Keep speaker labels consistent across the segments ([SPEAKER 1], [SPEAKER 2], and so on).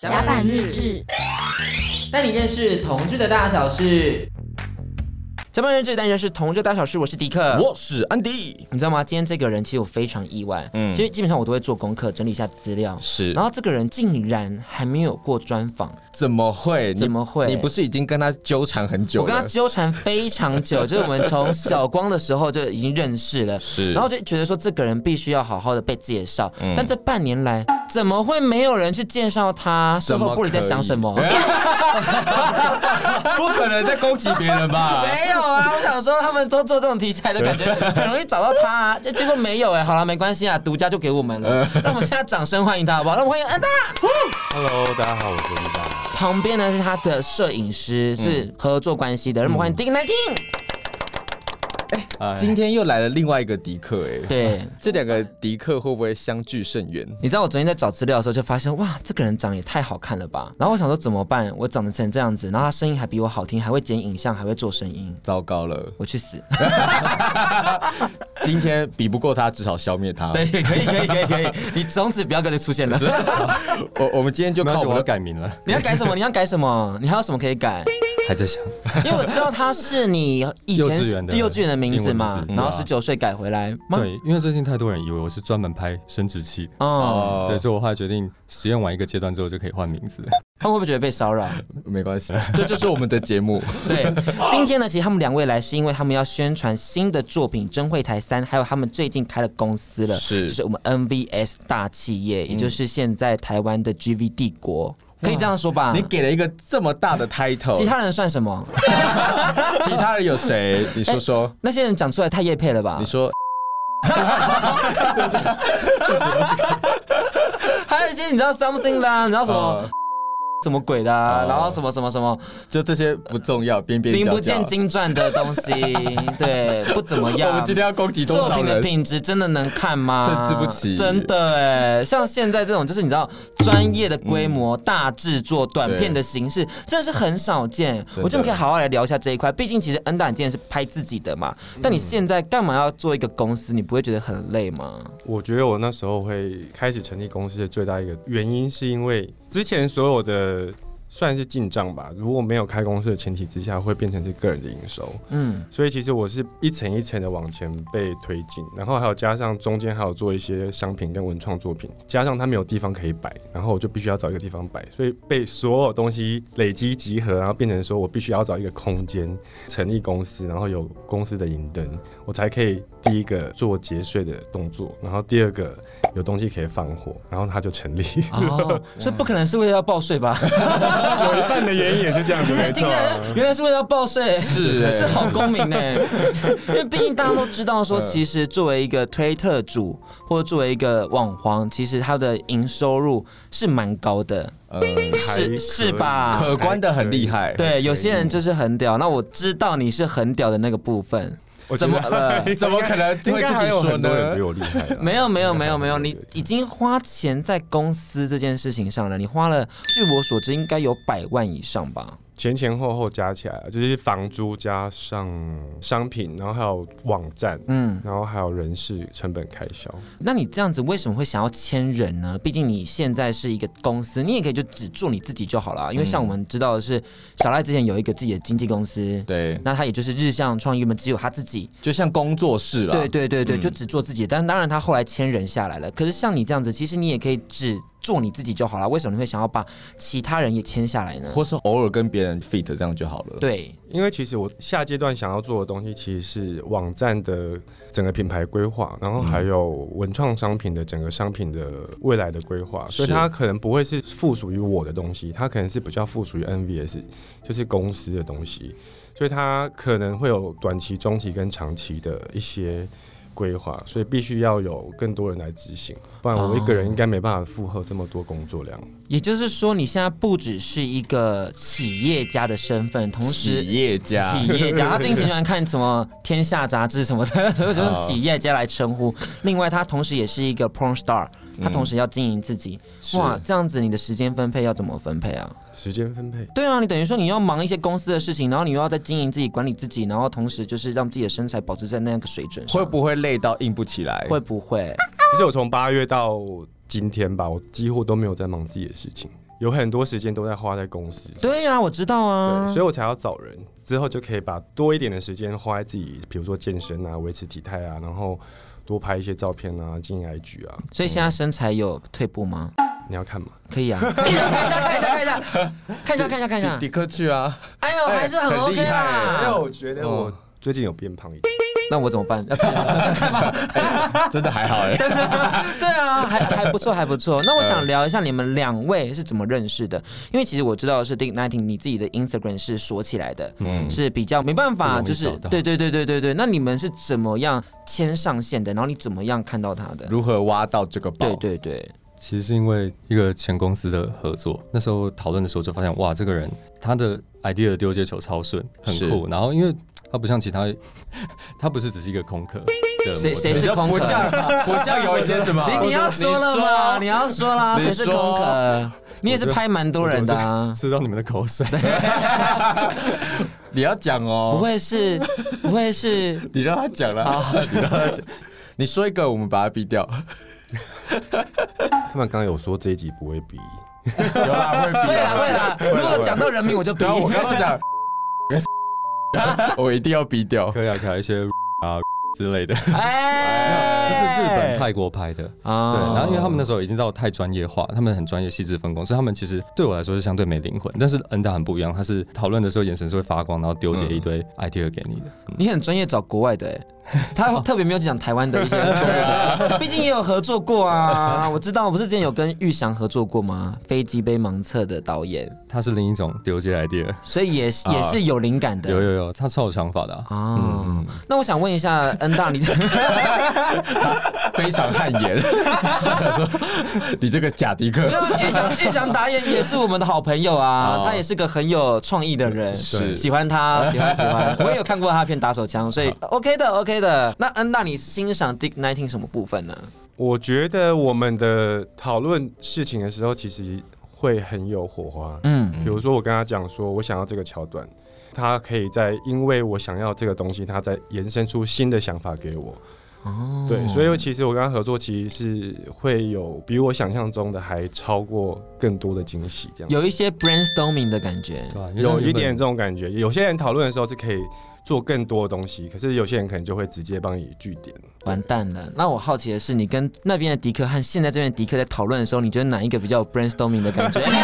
[SPEAKER 1] 甲板日志，
[SPEAKER 2] 带你认识同志的大小事。甲板日志，带你认识同志的大小事。我是迪克，
[SPEAKER 3] 我是安迪，
[SPEAKER 2] 你知道吗？今天这个人其实我非常意外，嗯，
[SPEAKER 3] 嗯
[SPEAKER 2] 其实基本上我都会做功课，整理一下资料，
[SPEAKER 3] 是
[SPEAKER 2] 然后这个人竟然还没有过专访，
[SPEAKER 3] 怎么会？你
[SPEAKER 2] 怎么会
[SPEAKER 3] 你不是已经跟他纠缠很久
[SPEAKER 2] 我
[SPEAKER 3] 了？
[SPEAKER 2] 跟他纠缠非常 久，就是我们从小光的时候就已经认识了，
[SPEAKER 3] 是
[SPEAKER 2] 然后就觉得说这个人必须要好好的被介绍，
[SPEAKER 3] 嗯
[SPEAKER 2] 但这半年来怎么会没有人去介绍他？事
[SPEAKER 3] 怎么
[SPEAKER 2] 后
[SPEAKER 3] 可以
[SPEAKER 2] 部里在想什么？
[SPEAKER 3] 不可能在攻击别人吧？
[SPEAKER 2] 没有啊，我想说他们都做这种题材的感觉，很容易找到他、啊，这结果没有哎、好了，没关系啊，独家就给我们了。那我们现在掌声欢迎他好不好？那我们欢迎安大。
[SPEAKER 4] Hello，大家好，我是李大。
[SPEAKER 2] 旁边呢是他的摄影师，是合作关系的。让我们欢迎 Dick Nineteen。
[SPEAKER 4] 哎
[SPEAKER 3] 今天又来了另外一个迪克、哎，
[SPEAKER 2] 对，
[SPEAKER 3] 这两个迪克会不会相距甚远？
[SPEAKER 2] 你知道我昨天在找资料的时候就发现，哇，这个人长得也太好看了吧。然后我想说怎么办？我长得成这样子，然后他声音还比我好听，还会剪影像，还会做声音。
[SPEAKER 3] 糟糕了，
[SPEAKER 2] 我去死！
[SPEAKER 3] 今天比不过他，只好消灭他。
[SPEAKER 2] 对，， 可以，可以，可以，可以。你从此不要跟着出 现了。
[SPEAKER 3] 我我们今天就
[SPEAKER 4] 没关
[SPEAKER 3] 靠
[SPEAKER 4] 系，
[SPEAKER 3] 我
[SPEAKER 4] 我
[SPEAKER 3] 们的
[SPEAKER 4] 要改名了，
[SPEAKER 2] 你要改什么？你要改什 么？你还有什么可以改？
[SPEAKER 4] 还在想。
[SPEAKER 2] 因为我知道他是你以前
[SPEAKER 4] 幼稚园的
[SPEAKER 2] 对幼稚园的名字
[SPEAKER 4] 英
[SPEAKER 2] 嘛
[SPEAKER 4] 文，名
[SPEAKER 2] 然后
[SPEAKER 4] 字对
[SPEAKER 2] 十
[SPEAKER 4] 啊
[SPEAKER 2] 九岁改回来吗？
[SPEAKER 4] 对，因为最近太多人以为我是专门拍生殖器，
[SPEAKER 2] 哦，
[SPEAKER 3] 哦
[SPEAKER 4] 对，所以我后来决定实验完一个阶段之后就可以换名字了。
[SPEAKER 2] 他会不会觉得被骚 扰？
[SPEAKER 3] 没关系，这就是我们的节 目。
[SPEAKER 2] 对，今天呢，其实他们两位来是因为他们要宣传新的作品《真会台三》，还有他们最近开了公司了，
[SPEAKER 3] 是
[SPEAKER 2] 就是我们 NVS 大企业，
[SPEAKER 4] 嗯
[SPEAKER 2] 也就是现在台湾的 GV 帝国，可以这样说吧？
[SPEAKER 3] 你给了一个这么大的 title，
[SPEAKER 2] 啊其他人算什么？
[SPEAKER 3] 其他人有谁？你 说说，
[SPEAKER 2] 那些人讲出来太叶配了吧
[SPEAKER 3] 你？说
[SPEAKER 2] 还有一些你知道 something 啦，你知道什么
[SPEAKER 4] 哦
[SPEAKER 3] 呃？
[SPEAKER 2] 什么鬼的啊、
[SPEAKER 3] 哦
[SPEAKER 2] 然后什么什么什么
[SPEAKER 3] 就这些不重要，边边
[SPEAKER 2] 名
[SPEAKER 3] 角角
[SPEAKER 2] 不见。经传的东 西，对，不怎么
[SPEAKER 3] 我
[SPEAKER 2] 样
[SPEAKER 3] 们。今天要攻击多
[SPEAKER 2] 作
[SPEAKER 3] 少
[SPEAKER 2] 品的
[SPEAKER 3] 人？
[SPEAKER 2] 品质真的能看吗？
[SPEAKER 3] 参差不齐
[SPEAKER 2] 真的哎，像现在这种就是你知道专业的规模、
[SPEAKER 3] 嗯
[SPEAKER 2] 大制作、短片的形式，真的是很少见。
[SPEAKER 3] 的
[SPEAKER 2] 我觉得我们可以好好来聊一下这一块，毕竟其实恩达你今天是拍自己的嘛，但
[SPEAKER 3] 嗯
[SPEAKER 2] 你现在干嘛要做一个公司？你不会觉得很累吗？
[SPEAKER 4] 我觉得我那时候会开始成立公司的最大一个原因，是因为之前所有的算是进账吧，如果没有开公司的前提之下，会变成是个人的营收。
[SPEAKER 2] 嗯，
[SPEAKER 4] 所以其实我是一层一层的往前被推进，然后还有加上中间还有做一些商品跟文创作品，加上它没有地方可以摆，然后我就必须要找一个地方摆，所以被所有东西累积集合，然后变成说我必须要找一个空间成立公司，然后有公司的银灯，我才可以第一个做节税的动作，然后第二个有东西可以放火，然后它就 成立。
[SPEAKER 2] 哦，所以不可能是为了要报税吧？
[SPEAKER 4] 有一半的原因也是这样子，没
[SPEAKER 2] 竟
[SPEAKER 4] 错。
[SPEAKER 2] 然原来是为了要报税，
[SPEAKER 3] 是哎
[SPEAKER 2] 是好公民呢、欸因为毕竟大家都知道说，其实作为一个推特主或者作为一个网黄，其实他的营收入是蛮高的，
[SPEAKER 3] 呃，
[SPEAKER 4] 还可
[SPEAKER 2] 是
[SPEAKER 4] 以
[SPEAKER 2] 是吧？
[SPEAKER 3] 可观的很厉害。
[SPEAKER 2] 对，有些人就是很屌。那我知道你是很屌的那个部分，
[SPEAKER 4] 我觉
[SPEAKER 2] 怎
[SPEAKER 4] 得
[SPEAKER 2] 么 了？
[SPEAKER 3] 怎么可能
[SPEAKER 4] 应
[SPEAKER 3] 会
[SPEAKER 4] 该
[SPEAKER 3] 自
[SPEAKER 4] 还
[SPEAKER 3] 己
[SPEAKER 4] 有
[SPEAKER 3] 说
[SPEAKER 4] 很多
[SPEAKER 3] 呢
[SPEAKER 4] 人比？我厉害啊啦。
[SPEAKER 2] 没有没有没有没有，
[SPEAKER 4] 对
[SPEAKER 2] 你
[SPEAKER 4] 对
[SPEAKER 2] 已经花钱在公司这件事情上了，你花了，据我所知应该有百万以上吧？
[SPEAKER 4] 前前后后加起来，就是房租加上商品，然后还有网站，
[SPEAKER 2] 嗯，
[SPEAKER 4] 然后还有人事成本开销。
[SPEAKER 2] 那你这样子为什么会想要签人呢？毕竟你现在是一个公司，你也可以就只做你自己就好
[SPEAKER 3] 嗯
[SPEAKER 2] 了啊。因为像我们知道的是，小赖之前有一个自己的经纪公司，
[SPEAKER 3] 对，
[SPEAKER 2] 那他也就是日向创意们只有他自己，
[SPEAKER 3] 就像工作室啦。
[SPEAKER 2] 对，对对对，
[SPEAKER 3] 嗯
[SPEAKER 2] 就只做自己。但当然他后来签人下来了。可是像你这样子，其实你也可以只做你自己就好了。为什么你会想要把其他人也签下来呢？
[SPEAKER 3] 或是偶尔跟别人 fit 这样就好了。
[SPEAKER 2] 对，
[SPEAKER 4] 因为其实我下阶段想要做的东西，其实是网站的整个品牌规划，然后还有文创商品的整个商品的未来的规划，所以
[SPEAKER 3] 是
[SPEAKER 4] 它可能不会是附属于我的东西，它可能是比较附属于 NVS，就是公司的东西，所以它可能会有短期、中期跟长期的一些。规划，所以必须要有更多人来执行，不然我一个人应该没办法负荷这么多工作量。
[SPEAKER 2] 也就是说你现在不只是一个企业家的身份，同时
[SPEAKER 3] 企业家
[SPEAKER 2] 企业家，他最近喜欢看什么《天下》杂志什么的， 所以就用
[SPEAKER 3] 好
[SPEAKER 2] 企业家来称呼。另外，他同时也是一个 porn star，他
[SPEAKER 3] 嗯
[SPEAKER 2] 同时要经营自己。哇，这样子你的时间分配要怎么分配啊？
[SPEAKER 4] 时间分配，
[SPEAKER 2] 对啊，你等于说你要忙一些公司的事情，然后你又要在经营自己、管理自己，然后同时就是让自己的身材保持在那样个水准上。
[SPEAKER 3] 会不会累到硬不起来？
[SPEAKER 2] 会不会？
[SPEAKER 4] 其实我从八月到今天吧，我几乎都没有在忙自己的事情，有很多时间都在花在公司上。
[SPEAKER 2] 对呀、我知道啊。
[SPEAKER 4] 对，所以我才要找人，之后就可以把多一点的时间花在自己，比如说健身啊、维持体态啊，然后多拍一些照片啊、经营 IG 啊。
[SPEAKER 2] 所以现在身材有退步吗？
[SPEAKER 4] 你要看吗？
[SPEAKER 2] 可 以啊，看一下，看一下，看一下，看一下，看一下，看一下，看一
[SPEAKER 3] 迪
[SPEAKER 2] 下。
[SPEAKER 3] 克去 啊，
[SPEAKER 2] 哎呦，还是很
[SPEAKER 3] 很厉
[SPEAKER 2] OK
[SPEAKER 3] 害哎
[SPEAKER 2] 啦。
[SPEAKER 4] 我觉得
[SPEAKER 3] 我
[SPEAKER 4] 最近有变胖一点，
[SPEAKER 2] 那我怎么办？
[SPEAKER 3] 真的还好哎。
[SPEAKER 2] 真的，对啊，还还不错，还不错。那我想聊一下你们两位是怎么认识的，因为其实我知道的是 Dick Nineteen，你自己的 Instagram 是锁起来的，
[SPEAKER 3] 嗯，
[SPEAKER 2] 是比较没办法，
[SPEAKER 3] 不容易
[SPEAKER 2] 就是
[SPEAKER 3] 找到
[SPEAKER 2] 对对对对对对。那你们是怎么样牵上线的？然后你怎么样看到他的？
[SPEAKER 3] 如何挖到这个宝？
[SPEAKER 2] 对对对，
[SPEAKER 1] 其实是因为一个前公司的合作，那时候讨论的时候就发现，哇，这个人他的 idea 丢接球超顺，很
[SPEAKER 3] 是
[SPEAKER 1] 酷。然后因为他不像其他， 他不是只是一个空壳的模特，
[SPEAKER 2] 谁谁
[SPEAKER 3] 比
[SPEAKER 2] 是
[SPEAKER 3] 较
[SPEAKER 2] 空
[SPEAKER 3] 不
[SPEAKER 2] 壳？，
[SPEAKER 3] 像不像有一些什么
[SPEAKER 2] 你你要说了吗？你要说啦，
[SPEAKER 3] 你
[SPEAKER 2] 谁是空壳？你也是拍蛮多人的啊。
[SPEAKER 1] 吃到你们的口水？
[SPEAKER 3] 你要讲哦，
[SPEAKER 2] 不，会是，不会 是，
[SPEAKER 3] 你让他讲了， 你让他讲，你说一个，我们把它 逼掉，
[SPEAKER 4] 他们刚刚有说这一集不会比，
[SPEAKER 3] 有啦， 会逼
[SPEAKER 2] 会啦
[SPEAKER 3] 啊
[SPEAKER 2] 会啦。
[SPEAKER 3] 会啦
[SPEAKER 2] 如果讲到人名，我就不
[SPEAKER 3] 然后我刚刚讲，我一定要逼掉。
[SPEAKER 1] 可以啊，可以啊，一些 啊之类的，就
[SPEAKER 2] 哎，
[SPEAKER 1] 是日本泰国拍的。
[SPEAKER 2] 啊
[SPEAKER 1] 对，然后因为他们那时候已经到太专业化，他们很专业、细致分工，所以他们其实对我来说是相对没灵魂。但是恩达很不一样，他是讨论的时候眼神是会发光，然后丢接一堆 idea 给你的。
[SPEAKER 2] 你很专业，找国外的哎，他特别没有讲台湾的一些，毕竟也有合作过啊。我知道，我不是之前有跟玉祥合作过吗？飞机杯盲测的导演，
[SPEAKER 1] 他是另一种丢接 idea，
[SPEAKER 2] 所以也是也是有灵感的。
[SPEAKER 1] 有有有，他超有想法的、啊。
[SPEAKER 2] 哦，那我想问一下恩大， 你
[SPEAKER 3] 非常汗颜。 你这个假迪克，
[SPEAKER 2] 因为玉祥玉祥导演也是我们的好朋友啊，
[SPEAKER 3] 哦
[SPEAKER 2] 他也是个很有创意的人，
[SPEAKER 3] 是
[SPEAKER 2] 喜欢他，喜欢喜欢。我也有看过他的片打手枪，所以 OK 的 OK 的。那恩大，你欣赏 Dick Nineteen 什么部分呢？
[SPEAKER 4] 我觉得我们的讨论事情的时候，其实会很有火花。
[SPEAKER 2] 嗯
[SPEAKER 4] 比如说我跟他讲说，我想要这个桥段，他可以在因为我想要这个东西，他再延伸出新的想法给我。
[SPEAKER 2] 哦
[SPEAKER 4] 对，所以其实我跟他合作，其实是会有比我想象中的还超过更多的惊喜，这样
[SPEAKER 2] 有一些 brainstorming 的感觉。
[SPEAKER 1] 对啊，
[SPEAKER 4] 有一点这种感觉。有些人讨论的时候是可以做更多的东西，可是有些人可能就会直接帮你据点。
[SPEAKER 2] 完蛋了！那我好奇的是，你跟那边的迪克和现在这边的迪克在讨论的时候，你觉得哪一个比较有 brainstorming 的 感觉？
[SPEAKER 4] 等一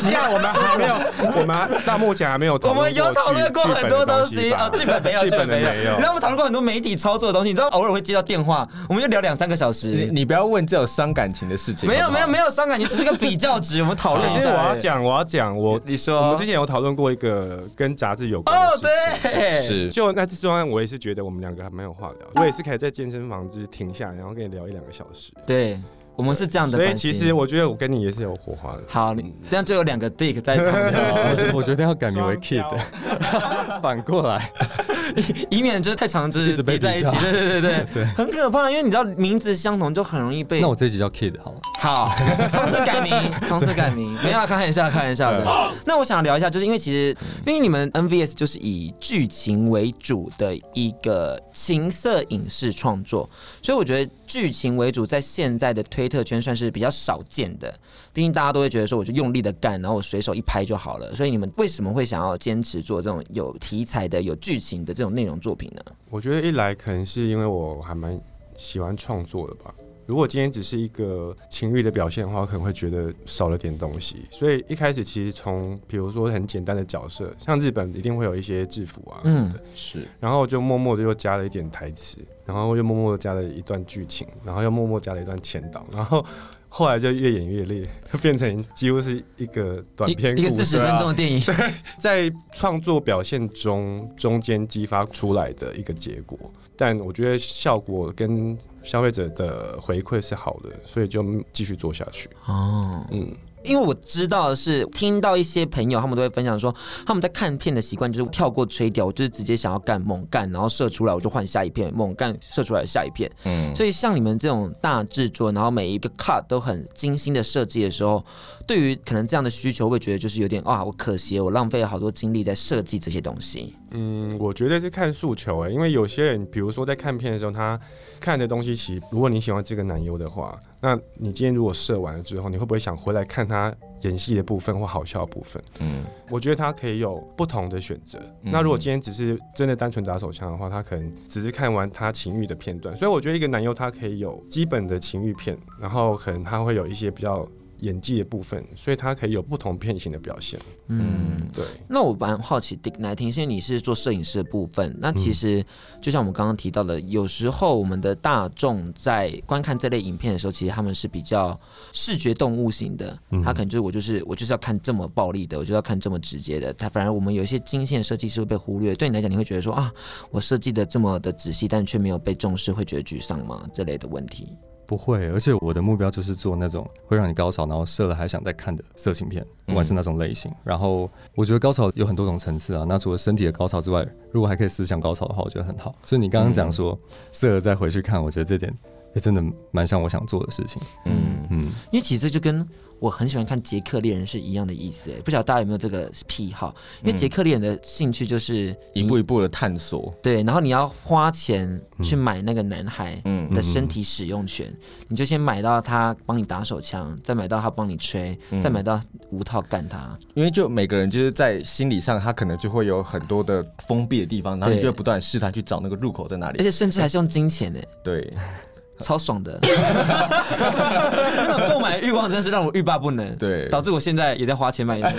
[SPEAKER 4] 下， 我们还没有，我们还到目前还没有讨
[SPEAKER 2] 我
[SPEAKER 4] 论过
[SPEAKER 2] 们
[SPEAKER 4] 剧，
[SPEAKER 2] 有讨论过
[SPEAKER 4] 剧本
[SPEAKER 2] 很
[SPEAKER 4] 的
[SPEAKER 2] 多东
[SPEAKER 4] 东
[SPEAKER 2] 西
[SPEAKER 4] 吧
[SPEAKER 2] 哦，剧本没有，
[SPEAKER 4] 剧本的
[SPEAKER 2] 没有。
[SPEAKER 4] 没有
[SPEAKER 2] 你知道我们讨论过很多媒体操作的东西，你知道偶尔会接到电话，我们就聊两三个小
[SPEAKER 3] 你
[SPEAKER 2] 时。
[SPEAKER 3] 你不要问这种伤感情的事情。
[SPEAKER 2] 没有
[SPEAKER 3] 好不
[SPEAKER 2] 没
[SPEAKER 3] 好
[SPEAKER 2] 有没有伤感情，只是个比较值，我们讨论
[SPEAKER 4] 可
[SPEAKER 2] 一
[SPEAKER 4] 是
[SPEAKER 2] 下。
[SPEAKER 4] 我要，讲，我要讲，我
[SPEAKER 2] 你
[SPEAKER 4] 我
[SPEAKER 2] 说
[SPEAKER 4] 们之前有讨论过一个跟杂志有关的
[SPEAKER 2] 哦
[SPEAKER 4] 事，情。
[SPEAKER 2] 对，
[SPEAKER 3] 是
[SPEAKER 4] 就那次专案，我也是觉得我们两个还蛮有话聊。我也是可以在健身房就是停下来，然后跟你聊一两个小时。
[SPEAKER 2] 对，我们是这样的
[SPEAKER 4] 所
[SPEAKER 2] 关
[SPEAKER 4] 以
[SPEAKER 2] 系。
[SPEAKER 4] 其实我觉得我跟你也是有火花的。
[SPEAKER 2] 好，你这样就有两个 dick 在旁边，
[SPEAKER 1] 我觉我决定要改名为
[SPEAKER 4] 双
[SPEAKER 1] Kid，
[SPEAKER 4] 标
[SPEAKER 1] 反过来，
[SPEAKER 2] 以免就是太长就是
[SPEAKER 1] 一直被
[SPEAKER 2] 叠在一
[SPEAKER 1] 比
[SPEAKER 2] 起。
[SPEAKER 1] 较
[SPEAKER 2] 对对对 对，很可怕，因为你知道名字相同就很容易被
[SPEAKER 1] 那我这集叫 Kid 好了。
[SPEAKER 2] 好，从此改名，从此改名，没有啊啦开玩笑，开玩笑的。那我想聊一下，就是因为其实，因为你们 NVS 就是以剧情为主的一个情色影视创作，所以我觉得剧情为主在现在的推特圈算是比较少见的。毕竟大家都会觉得说，我就用力的干，然后我随手一拍就好了。所以你们为什么会想要坚持做这种有题材的、有剧情的这种内容作品呢？
[SPEAKER 4] 我觉得一来可能是因为我还蛮喜欢创作的吧。如果今天只是一个情欲的表现的话，我可能会觉得少了点东西。所以一开始其实从比如说很简单的角色，像日本一定会有一些制服啊什么
[SPEAKER 2] 嗯
[SPEAKER 4] 的，
[SPEAKER 3] 是
[SPEAKER 4] 然后就默默的又加了一点台词，然后又默默的加了一段剧情，然后又默默加了一段前导，然后后来就越演越烈， 就变成几乎是一个短
[SPEAKER 2] 一
[SPEAKER 4] 片
[SPEAKER 2] 一个
[SPEAKER 4] 故
[SPEAKER 2] 四
[SPEAKER 4] 事啊
[SPEAKER 2] 十分钟的电影，
[SPEAKER 4] 在创作表现中中间激发出来的一个结果。但我觉得效果跟消费者的回馈是好的，所以就继续做下去。
[SPEAKER 2] 哦。
[SPEAKER 4] 嗯，
[SPEAKER 2] 因为我知道的是听到一些朋友，他们都会分享说，他们在看片的习惯就是跳过吹掉，我就是直接想要干猛干，然后射出来我就换下一片，猛干射出来下一片。
[SPEAKER 3] 嗯，
[SPEAKER 2] 所以像你们这种大制作，然后每一个 cut 都很精心的设计的时候，对于可能这样的需求，会觉得就是有点啊，我可惜我浪费了好多精力在设计这些东西。
[SPEAKER 4] 嗯，我觉得是看诉求欸诶、因为有些人，比如说在看片的时候，他看的东西，其实如果你喜欢这个男优的话，那你今天如果射完了之后，你会不会想回来看他演戏的部分或好笑的部分？
[SPEAKER 3] 嗯，
[SPEAKER 4] 我觉得他可以有不同的选择。
[SPEAKER 3] 嗯
[SPEAKER 4] 那如果今天只是真的单纯打手枪的话，他可能只是看完他情欲的片段。所以我觉得一个男优他可以有基本的情欲片，然后可能他会有一些比较演技的部分，所以他可以有不同片型的表现。
[SPEAKER 2] 嗯。
[SPEAKER 4] 对，
[SPEAKER 2] 那我蛮好奇 Dick 来听，因为你是做摄影师的部分，那其实就像我们刚刚提到的，有时候我们的大众在观看这类影片的时候，其实他们是比较视觉动物型的，他可能就是我就是我就是要看这么暴力的，我就要看这么直接的，他反而我们有一些经线设计是会被忽略的。对你来讲，你会觉得说啊，我设计的这么的仔细，但却没有被重视，会觉得沮丧吗？这类的问题。
[SPEAKER 1] 不会，而且我的目标就是做那种会让你高潮，然后射了还想再看的色情片，不管是哪种类型。然后我觉得高潮有很多种层次啊，那除了身体的高潮之外，如果还可以思想高潮的话，我觉得很好。所以你刚刚讲说、射了再回去看，我觉得这点。诶真的蛮像我想做的事情，
[SPEAKER 2] 嗯，
[SPEAKER 1] 嗯，
[SPEAKER 2] 因为其实这就跟我很喜欢看《杰克猎人》是一样的意思，哎，不晓得大家有没有这个癖好？因为
[SPEAKER 3] 嗯
[SPEAKER 2] 《杰克猎人》的兴趣就是
[SPEAKER 3] 一步一步的探索，
[SPEAKER 2] 对，然后你要花钱去买那个男孩
[SPEAKER 3] 嗯
[SPEAKER 2] 的身体使用权，你就先买到他帮你打手枪，再买到他帮你吹，
[SPEAKER 3] 嗯
[SPEAKER 2] 再买到无套干他。
[SPEAKER 3] 因为就每个人就是在心理上，他可能就会有很多的封闭的地方，然后你
[SPEAKER 2] 对
[SPEAKER 3] 就会不断地试探去找那个入口在哪
[SPEAKER 2] 而
[SPEAKER 3] 里。
[SPEAKER 2] 且甚至还是用金钱呢，
[SPEAKER 3] 对，
[SPEAKER 2] 超爽 的。 那种购买欲望真是让我欲罢不能，
[SPEAKER 3] 对
[SPEAKER 2] 导致我现在也在花钱买淫品。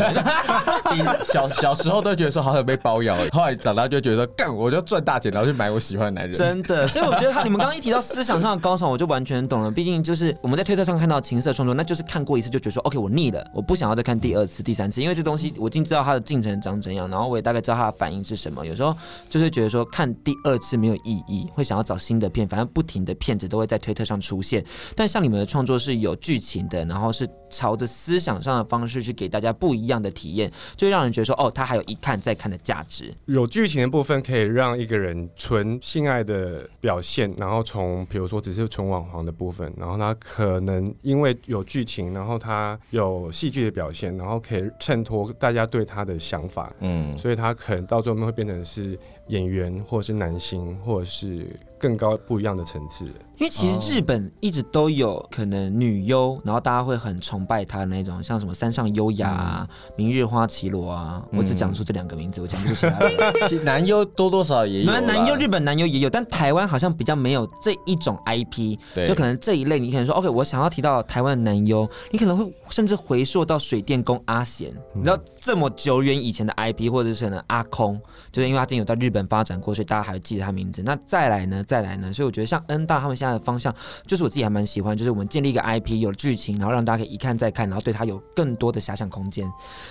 [SPEAKER 3] 第一小小时候都会觉得说好想被包养，后来长大就觉得说干，我就赚大钱，然后去买我喜欢的男人。
[SPEAKER 2] 真的，所以我觉得他，你们刚刚一提到思想上的高潮，我就完全懂了。毕竟就是我们在推特上看到情色创作，那就是看过一次就觉得说，OK，我腻了，我不想要再看第二次、第三次，因为这东西我已经知道它的进程长怎样，然后我也大概知道它的反应是什么。有时候就是觉得说，看第二次没有意义，会想要找新的片，反正不停的片子都会在推特上出现。但像你们的创作是有剧情的，然后是朝着思想上的方式去给大家不一样的体验，就会让人觉得说，哦，它还有一看再看的价值。
[SPEAKER 4] 有剧情的部分可以让一个人纯性爱的表现，然后从比如说只是纯网黄的部分，然后他可能因为有剧情，然后他有戏剧的表现，然后可以衬托大家对他的想法，
[SPEAKER 3] 嗯，
[SPEAKER 4] 所以他可能到最后面会变成是演员，或者是男星，或者是更高不一样的层次。
[SPEAKER 2] 因为其实日本一直都有可能女优，然后大家会很崇拜她的那种，像什么山上优雅啊、明日花绮罗啊，我只讲出这两个名字，我讲不出其他的。
[SPEAKER 3] 其实男优多多少少也有啦
[SPEAKER 2] 男男优日本男优也有，但台湾好像比较没有这一种 IP，
[SPEAKER 3] 对
[SPEAKER 2] 就可能这一类，你可能说 OK，我想要提到台湾的男优，你可能会甚至回溯到水电工阿贤，
[SPEAKER 3] 嗯
[SPEAKER 2] 你知道这么久远以前的 IP，或者是可能阿空，就是因为他之前有到日本发展过，所以大家还会记得他名字。那再来呢，再来呢，所以我觉得像恩大他们现在的方向，就是我自己还蛮喜欢，就是我们建立一个 IP 有剧情，然后让大家可以一看再看，然后对他有更多的遐想空间。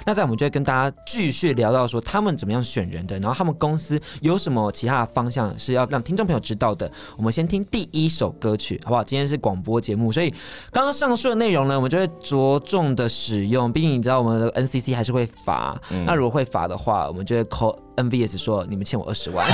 [SPEAKER 2] 那在我们就会跟大家继续聊到说他们怎么样选人的，然后他们公司有什么其他的方向是要让听众朋友知道的。我们先听第一首歌曲，好不好？今天是广播节目，所以刚刚上述的内容呢，我们就会着重的使用。毕竟你知道我们的 NCC 还是会罚，那如果会罚的话，我们就会 call。NVS 说：“你们欠我二十 万，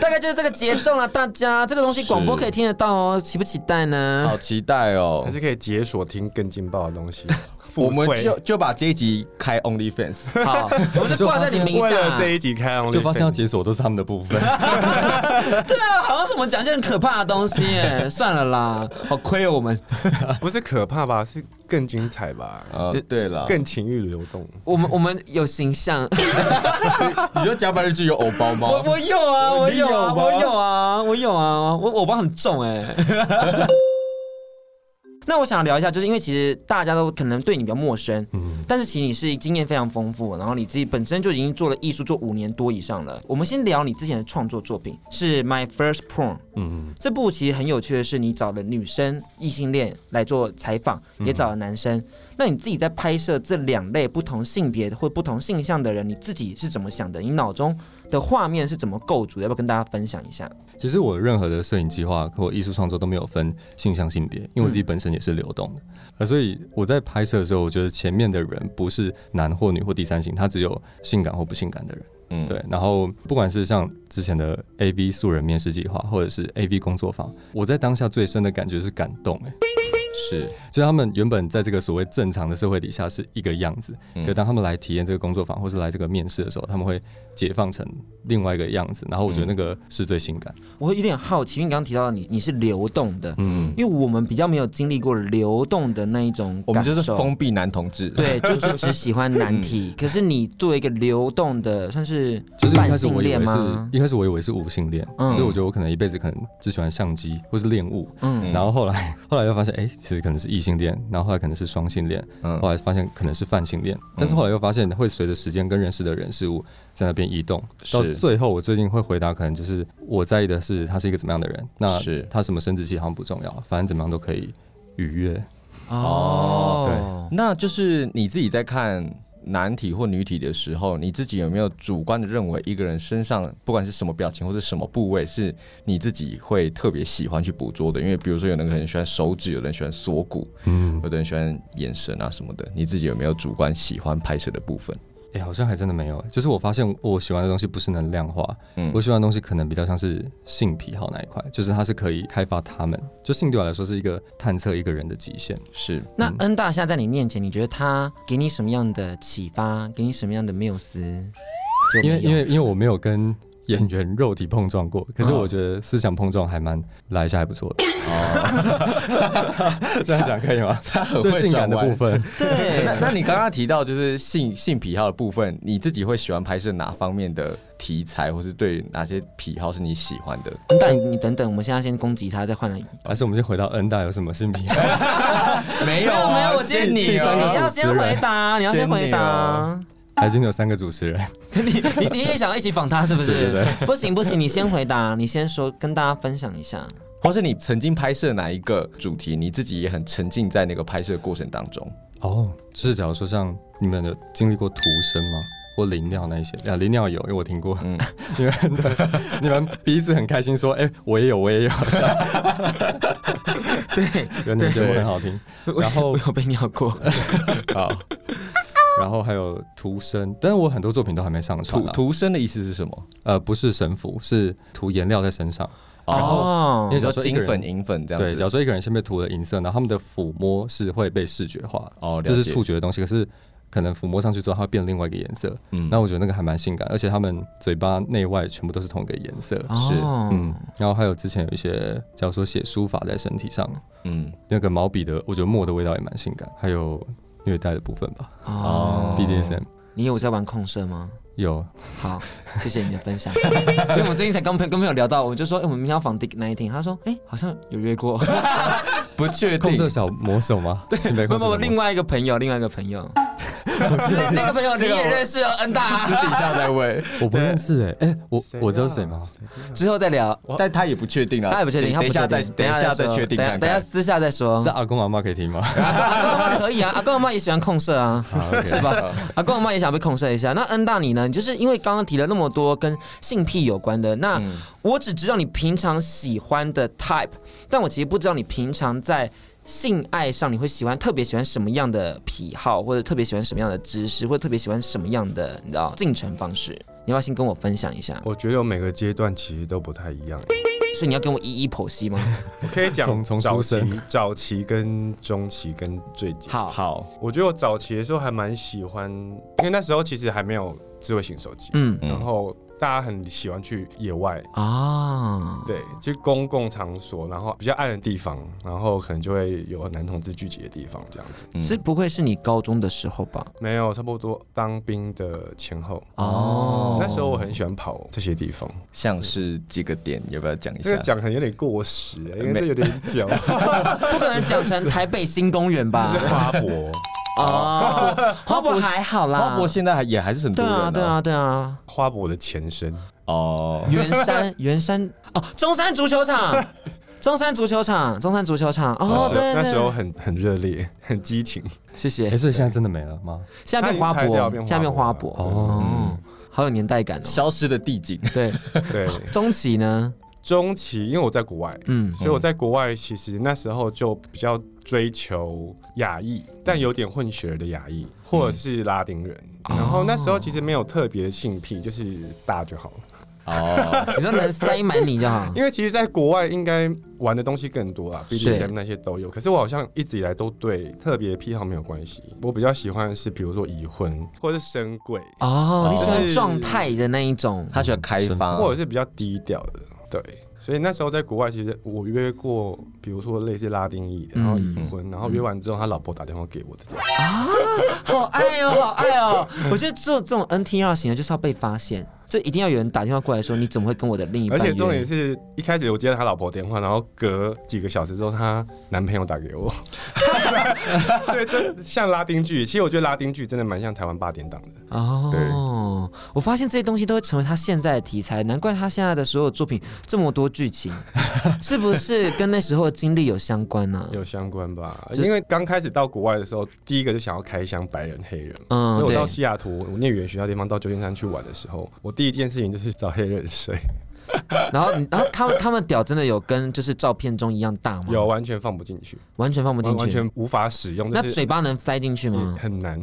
[SPEAKER 2] 大概就是这个节奏了。大家这个东西广播可以听得到哦，期不期待呢？
[SPEAKER 3] 好期待哦
[SPEAKER 4] 还！是可以解锁听更劲爆的东西。付费
[SPEAKER 3] 我们就就把这一集开 OnlyFans，
[SPEAKER 2] 好，我们就挂在你名
[SPEAKER 4] 为了
[SPEAKER 2] 下。
[SPEAKER 4] 这一集开 OnlyFans，
[SPEAKER 1] 就发现 要解锁都是他们的部分，
[SPEAKER 2] 对啊，好像是我们讲一些很可怕的东西耶。 算了啦，好亏哦我们。
[SPEAKER 4] 不是可怕吧，是更精彩吧，
[SPEAKER 3] 呃，对了，
[SPEAKER 4] 更情欲流动。
[SPEAKER 2] 我们我们有形象，
[SPEAKER 3] 你说甲板日剧有偶包
[SPEAKER 2] 我
[SPEAKER 3] 吗？
[SPEAKER 2] 我有啊， 我有啊，
[SPEAKER 4] 你有吗
[SPEAKER 2] 我有啊，我有啊，我我包很重哎、 那我想聊一下，就是因为其实大家都可能对你比较陌生，嗯，但是其实你是经验非常丰富，然后你自己本身就已经做了艺术做五年多以上了。我们先聊你之前的创作作品是《My First Porn》，嗯，这部其实很有趣的是，你找了女生异性恋来做采访，
[SPEAKER 1] 嗯
[SPEAKER 2] 也找了男生。那你自己在拍摄这两类不同性别或不同性向的人，你自己是怎么想的？你脑中的画面是怎么构筑？要不要跟大家分享一下？
[SPEAKER 1] 其实我任何的摄影计划或艺术创作都没有分性向性别，因为我自
[SPEAKER 3] 嗯
[SPEAKER 1] 己本身也是流动的，呃，所以我在拍摄的时候，我觉得前面的人不是男或女或第三性，他只有性感或不性感的人。
[SPEAKER 3] 嗯，
[SPEAKER 1] 对，然后不管是像之前的 A V 素人面试计划，或者是 A V 工作坊，我在当下最深的感觉是感动、欸，
[SPEAKER 3] 是
[SPEAKER 1] 就是他们原本在这个所谓正常的社会底下是一个样子，
[SPEAKER 3] 嗯
[SPEAKER 1] 可当他们来体验这个工作坊或是来这个面试的时候，他们会解放成另外一个样子，然后我
[SPEAKER 3] 嗯
[SPEAKER 1] 觉得那个是最性感。
[SPEAKER 2] 我会有点好奇，因为你刚刚提到你你是流动的，
[SPEAKER 1] 嗯，
[SPEAKER 2] 因为我们比较没有经历过流动的那一种感受，
[SPEAKER 3] 我们就是封闭男同志，
[SPEAKER 2] 对，就是只喜欢男体。 可是你作为一个流动的，算是
[SPEAKER 1] 嗯就是一
[SPEAKER 2] 半
[SPEAKER 1] 开始
[SPEAKER 2] 性
[SPEAKER 1] 我以
[SPEAKER 2] 恋
[SPEAKER 1] 为是
[SPEAKER 2] 吗，？
[SPEAKER 1] 一开始我以为是无性恋，
[SPEAKER 2] 嗯
[SPEAKER 1] 所以我觉得我可能一辈子可能只喜欢相机或是恋物，
[SPEAKER 2] 嗯，
[SPEAKER 1] 然后后来后来又发现，哎、其实可能是异性恋，然后后来可能是双性恋，
[SPEAKER 3] 嗯
[SPEAKER 1] 后来发现可能是泛性恋，
[SPEAKER 2] 嗯
[SPEAKER 1] 但是后来又发现会随着时间跟认识的人事物在那边移动，到
[SPEAKER 3] 是
[SPEAKER 1] 最后我最近会回答，可能就是我在意的是他是一个怎么样的人，那
[SPEAKER 3] 是
[SPEAKER 1] 他什么生殖器好像不重要，反正怎么样都可以愉悦。
[SPEAKER 2] 哦，
[SPEAKER 3] 那就是你自己在看男体或女体的时候，你自己有没有主观的认为一个人身上不管是什么表情或者什么部位是你自己会特别喜欢去捕捉的？因为比如说有的人可能喜欢手指，有的人喜欢锁骨，
[SPEAKER 1] 嗯，
[SPEAKER 3] 有的人喜欢眼神啊什么的。你自己有没有主观喜欢拍摄的部分？
[SPEAKER 1] 哎、好像还真的没有、就是我发现我喜欢的东西不是能量化，
[SPEAKER 3] 嗯
[SPEAKER 1] 我喜欢的东西可能比较像是性癖好那一块，就是它是可以开发他们，就性对我来说是一个探测一个人的极限。
[SPEAKER 3] 是
[SPEAKER 2] 那恩大现在在你面前，你觉得他给你什么样的启发？给你什么样的缪斯？就
[SPEAKER 1] 因为
[SPEAKER 2] 没有
[SPEAKER 1] 因为因为我没有跟演员肉体碰撞 过，可是我觉得思想碰撞还蛮来一下还不错的。
[SPEAKER 3] 哦
[SPEAKER 1] 这样讲可以 吗？
[SPEAKER 3] 他很
[SPEAKER 1] 最性感的部。分，
[SPEAKER 3] 那
[SPEAKER 2] 对，
[SPEAKER 3] 那你刚刚提到就是性性癖好的部分，你自己会喜欢拍摄哪方面的题材，或是对哪些癖好是你喜欢的？
[SPEAKER 2] 恩大，你你等等，我们现在先攻击他，再换来。
[SPEAKER 1] 还是我们先回到 N 大有什么性癖？
[SPEAKER 3] 没有啊是你哦
[SPEAKER 2] 你要先回答，你要先回答。
[SPEAKER 3] 啊
[SPEAKER 1] 还是你有三个主持人？
[SPEAKER 2] 你 你你也想要一起访他是不是？ 不行不行，你先回答，你先说，跟大家分享一下。
[SPEAKER 3] 或是你曾经拍摄哪一个主题，你自己也很沉浸在那个拍摄过程当 中？
[SPEAKER 1] 哦，就是假如说像你们有经历过徒生吗？或灵尿那一些啊，灵尿有，因为我听过。
[SPEAKER 3] 嗯
[SPEAKER 1] 你们的你们彼此很开心说，哎、我也有，我也有。 对，那节目很好听。然 后
[SPEAKER 2] 我有被尿过，哦
[SPEAKER 3] 啊，
[SPEAKER 1] 然后还有徒生，但是我很多作品都还没上传
[SPEAKER 3] 涂
[SPEAKER 1] 啦。
[SPEAKER 3] 涂生的意思是什么？
[SPEAKER 1] 呃，不是神符，是涂颜料在身上。
[SPEAKER 3] 然后
[SPEAKER 2] 哦
[SPEAKER 1] 因
[SPEAKER 3] 你
[SPEAKER 1] 为假
[SPEAKER 3] 说
[SPEAKER 1] 如说一
[SPEAKER 3] 金
[SPEAKER 1] 个
[SPEAKER 3] 粉、
[SPEAKER 1] 人，
[SPEAKER 3] 银粉这样
[SPEAKER 1] 对，假
[SPEAKER 3] 子
[SPEAKER 1] 如。说一个人先被涂了银色，然后他们的抚摸是会被视觉化，
[SPEAKER 3] 哦，
[SPEAKER 1] 这是
[SPEAKER 3] 了解
[SPEAKER 1] 触觉的东西，可是可能抚摸上去之后，它会变另外一个颜色。
[SPEAKER 3] 嗯
[SPEAKER 1] 那我觉得那个还蛮性感，而且他们嘴巴内外全部都是同一个颜色。
[SPEAKER 4] 哦
[SPEAKER 3] 是
[SPEAKER 1] 嗯，然后还有之前有一些，假如说写书法在身体上，
[SPEAKER 3] 嗯
[SPEAKER 1] 那个毛笔的，我觉得墨的味道也蛮性感，还有虐待的部分吧、
[SPEAKER 2] 哦，
[SPEAKER 1] b d s m
[SPEAKER 2] 你有在玩控射吗？
[SPEAKER 1] 有，
[SPEAKER 2] 好，谢谢你的分 享。所以我们最近才跟朋跟朋友聊到，我就说，哎、我们明天要访 Dick Nineteen，他说，哎、好像有约过。
[SPEAKER 3] 不确
[SPEAKER 1] 控
[SPEAKER 3] 定
[SPEAKER 1] 制。小魔手吗？对，性别
[SPEAKER 2] 不
[SPEAKER 1] 控
[SPEAKER 2] 不不，
[SPEAKER 1] 制小魔手
[SPEAKER 2] 另外一个朋友，另外一个朋友， 那个朋友你也认识哦，恩
[SPEAKER 3] 私
[SPEAKER 2] 大。
[SPEAKER 3] 底下在 问，
[SPEAKER 1] 我不认识哎、欸、哎、我
[SPEAKER 4] 谁啊
[SPEAKER 1] 我知道是谁吗？
[SPEAKER 2] 之后再聊，
[SPEAKER 3] 但他也不确定啊，
[SPEAKER 2] 他也不确定，他
[SPEAKER 3] 等
[SPEAKER 2] 不
[SPEAKER 3] 一下
[SPEAKER 2] 确
[SPEAKER 3] 再
[SPEAKER 2] 定，
[SPEAKER 3] 等一下再
[SPEAKER 2] 说
[SPEAKER 3] 确定
[SPEAKER 2] 等一下
[SPEAKER 3] 看
[SPEAKER 2] 等一下
[SPEAKER 3] 看。
[SPEAKER 2] 私下再说
[SPEAKER 1] 是。 阿公阿妈可以听吗？
[SPEAKER 2] 阿公阿妈可以啊，阿公阿妈也喜欢控射啊，是吧？阿公阿啊妈也想被控射一下。那恩大你呢？你就是因为刚刚提了那么多跟性癖有关的，那
[SPEAKER 3] 嗯
[SPEAKER 2] 我只知道你平常喜欢的 type，但我其实不知道你平常在性爱上你会喜欢特别喜欢什么样的癖好，或者特别喜欢什么样的知识，或者特别喜欢什么样的你知道进程方式。你要不要先跟我分享一下？
[SPEAKER 4] 我觉得我每个阶段其实都不太一样，
[SPEAKER 2] 所以你要跟我一一剖析吗？
[SPEAKER 4] 我可以讲
[SPEAKER 1] 从从
[SPEAKER 4] 早
[SPEAKER 1] 出
[SPEAKER 4] 期
[SPEAKER 1] 生、
[SPEAKER 4] 早期跟中期跟最近。
[SPEAKER 2] 好，
[SPEAKER 3] 好，
[SPEAKER 4] 我觉得我早期的时候还蛮喜欢，因为那时候其实还没有智慧型手机，
[SPEAKER 2] 嗯
[SPEAKER 3] 嗯
[SPEAKER 4] 然后大家很喜欢去野外，
[SPEAKER 2] 啊，
[SPEAKER 4] 对，去公共场所，然后比较暗的地方，然后可能就会有男同志聚集的地方这样子。
[SPEAKER 3] 嗯
[SPEAKER 2] 是不会是你高中的时候吧？
[SPEAKER 4] 没有，差不多当兵的前后，
[SPEAKER 2] 哦
[SPEAKER 4] 那时候我很喜欢跑这些地方。
[SPEAKER 3] 像是几个点，要不要讲一
[SPEAKER 4] 这个
[SPEAKER 3] 下？
[SPEAKER 4] 讲可能有点过时、因
[SPEAKER 3] 没
[SPEAKER 4] 为这有点 久。
[SPEAKER 2] 不可能讲成台北新公园 吧？
[SPEAKER 4] 花博，
[SPEAKER 2] 哦，花博还好啦，
[SPEAKER 3] 花博现在还也还是很多
[SPEAKER 2] 对
[SPEAKER 3] 人
[SPEAKER 2] 啊，对啊，对啊，
[SPEAKER 4] 花博的前身，
[SPEAKER 3] 哦，
[SPEAKER 2] 圆 山圆山哦，中山足球场，中山足球场，中山足球场，
[SPEAKER 4] 那
[SPEAKER 2] 哦，
[SPEAKER 4] 时候
[SPEAKER 2] 对，
[SPEAKER 4] 那
[SPEAKER 2] 对
[SPEAKER 4] 时候很很热烈， 很 激情。
[SPEAKER 2] 谢
[SPEAKER 1] 哎、
[SPEAKER 2] 谢，
[SPEAKER 1] 所以现在真的没了吗？
[SPEAKER 2] 下面花
[SPEAKER 4] 它已经拆
[SPEAKER 2] 博，
[SPEAKER 4] 掉变花博
[SPEAKER 2] 下面花博，
[SPEAKER 1] 哦
[SPEAKER 2] 哦，好有年代感哦，
[SPEAKER 3] 消失的地景，
[SPEAKER 2] 对，
[SPEAKER 4] 对，
[SPEAKER 2] 中期呢，
[SPEAKER 4] 中期因为我在国外，
[SPEAKER 2] 嗯，
[SPEAKER 4] 所以我在国外其实那时候就比较追求亚裔，但有点混血儿的亚裔，
[SPEAKER 2] 嗯
[SPEAKER 4] 或者是拉丁人。然后那时候其实没有特别的性癖，就是大就好了。
[SPEAKER 3] 哦，
[SPEAKER 2] 你说能塞满你就 好。
[SPEAKER 4] 因为其实，在国外应该玩的东西更多啊
[SPEAKER 2] 是
[SPEAKER 4] ，BDSM 那些都有。可是我好像一直以来都对特别癖好没有关系。我比较喜欢的是，比如说已婚，或者是神鬼，
[SPEAKER 2] 哦，你喜欢
[SPEAKER 4] 是
[SPEAKER 2] 状态的那一种，
[SPEAKER 3] 他喜欢开
[SPEAKER 2] 啊
[SPEAKER 3] 发，
[SPEAKER 4] 或者是比较低调的。对，所以那时候在国外，其实我约过，比如说类似拉丁裔的，
[SPEAKER 2] 嗯
[SPEAKER 4] 然后已婚，然后约完之后，他老婆打电话给我的这种。
[SPEAKER 2] 好爱哦，好爱哦！我觉得只有这种 NTR 型的，就是要被发现，就一定要有人打电话过来说，你怎么会跟我的另一
[SPEAKER 4] 而
[SPEAKER 2] 半约？
[SPEAKER 4] 且重点是一开始我接到他老婆电话，然后隔几个小时之后，她男朋友打 给我，所以这像拉丁剧。其实我觉得拉丁剧真的蛮像台湾八点档的。
[SPEAKER 2] 嗯哦，我发现这些东西都会成为他现在的题材，难怪他现在的所有作品这么多剧 情，是不是跟那时候的经历有相关啊呢、
[SPEAKER 4] 有相关吧？
[SPEAKER 2] 这
[SPEAKER 4] 因为刚开始到国外的时候，第一个就想要开箱白人、黑人。
[SPEAKER 2] 嗯，
[SPEAKER 4] 所以我
[SPEAKER 2] 对
[SPEAKER 4] 到，西雅图，我念语言学校的地方，到旧金山去玩的时候，我第一件事情就是找黑人睡，
[SPEAKER 2] 然后然后他们他们屌真的有跟就是照片中一样大吗？
[SPEAKER 4] 有，完全放不进去，
[SPEAKER 2] 完全放不进
[SPEAKER 4] 完
[SPEAKER 2] 去，
[SPEAKER 4] 完全无法使用，
[SPEAKER 2] 那
[SPEAKER 4] 就是嗯
[SPEAKER 2] 嘴巴能塞进去 吗？
[SPEAKER 4] 很难，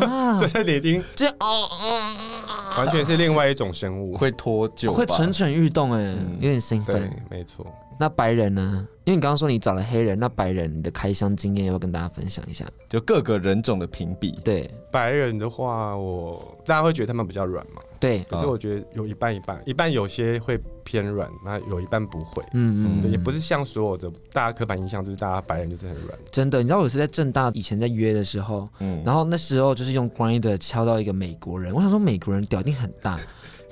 [SPEAKER 2] 啊，
[SPEAKER 4] 就是你已经
[SPEAKER 2] 这哦，嗯
[SPEAKER 4] 完全是另外一种生
[SPEAKER 2] 啊
[SPEAKER 4] 物。
[SPEAKER 3] 会脱臼吧，
[SPEAKER 2] 会蠢蠢欲动哎、有点兴
[SPEAKER 4] 嗯对
[SPEAKER 2] 奋。，
[SPEAKER 4] 没错。
[SPEAKER 2] 那白人呢？因为你刚刚说你找了黑人，那白人你的开箱经验要不要跟大家分享一下？
[SPEAKER 3] 就各个人种的评比，
[SPEAKER 2] 对
[SPEAKER 4] 白人的话，我大家会觉得他们比较软嘛，
[SPEAKER 2] 对，
[SPEAKER 4] 可是我觉得有一半一半，一半有些会偏软，那有一半不会。
[SPEAKER 2] 嗯嗯，
[SPEAKER 4] 对，也不是像所有的大家刻板印象，就是大家白人就是很软。
[SPEAKER 2] 真的，你知道我有一次在正大以前在约的时候，
[SPEAKER 3] 嗯，
[SPEAKER 2] 然后那时候就是用 grinder 敲到一个美国人，我想说美国人屌一定很大，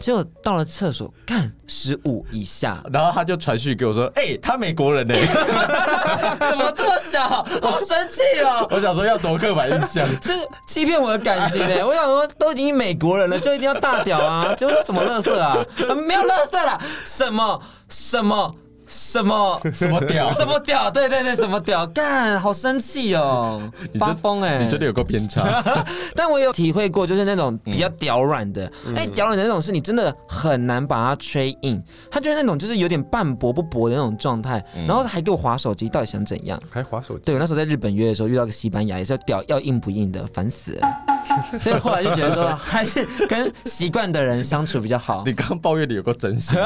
[SPEAKER 2] 结果到了厕所看十五以下，
[SPEAKER 3] 然后他就传讯给我说，哎，他美国人呢，
[SPEAKER 2] 怎么这么小？好生气哦！
[SPEAKER 3] 啊我想说要多刻板印象，
[SPEAKER 2] 是欺骗我的感情欸呢。我想说，都已经美国人了，就一定要大屌啊？结果是什么乐色啊？啊没有乐色啦，什么什么什么
[SPEAKER 3] 什么 屌，
[SPEAKER 2] 什么屌？对对对，什么屌？干，好生气哦，
[SPEAKER 3] 你真
[SPEAKER 2] 发疯哎、
[SPEAKER 3] 你真的有个偏差，
[SPEAKER 2] 但我有体会过，就是那种比较屌软的，哎、屌软的那种是你真的很难把它吹硬，他就是那种就是有点半薄不薄的那种状态，然后还给我划手机，到底想怎样？
[SPEAKER 4] 还滑手机，
[SPEAKER 2] 对，我那时候在日本约的时候遇到个西班牙，也是要屌要硬不硬的，烦死了。所以后来就觉得说，还是跟习惯的人相处比较好。
[SPEAKER 3] 你刚抱怨里有个真心，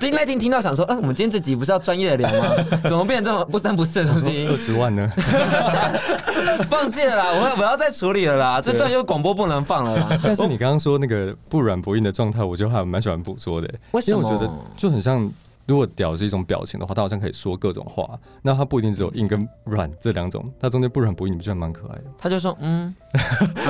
[SPEAKER 2] 对，那天听到想说，嗯，我们今天这集不是要专业的聊吗？怎么变成这么不三不四的东西？
[SPEAKER 1] 二十万呢？
[SPEAKER 2] 放弃了啦，我我要再处理了啦，这段又广播不能放了 啦。
[SPEAKER 1] 但是你刚刚说那个不软不硬的状态，我就还蛮喜欢捕捉的、欸
[SPEAKER 2] 为什么
[SPEAKER 1] 因为我觉得就很像，如果屌是一种表情的话，它好像可以说各种话，那它不一定只有硬跟软这两种，它中间不软不硬，你不觉得蛮可爱的？
[SPEAKER 2] 他就说，嗯，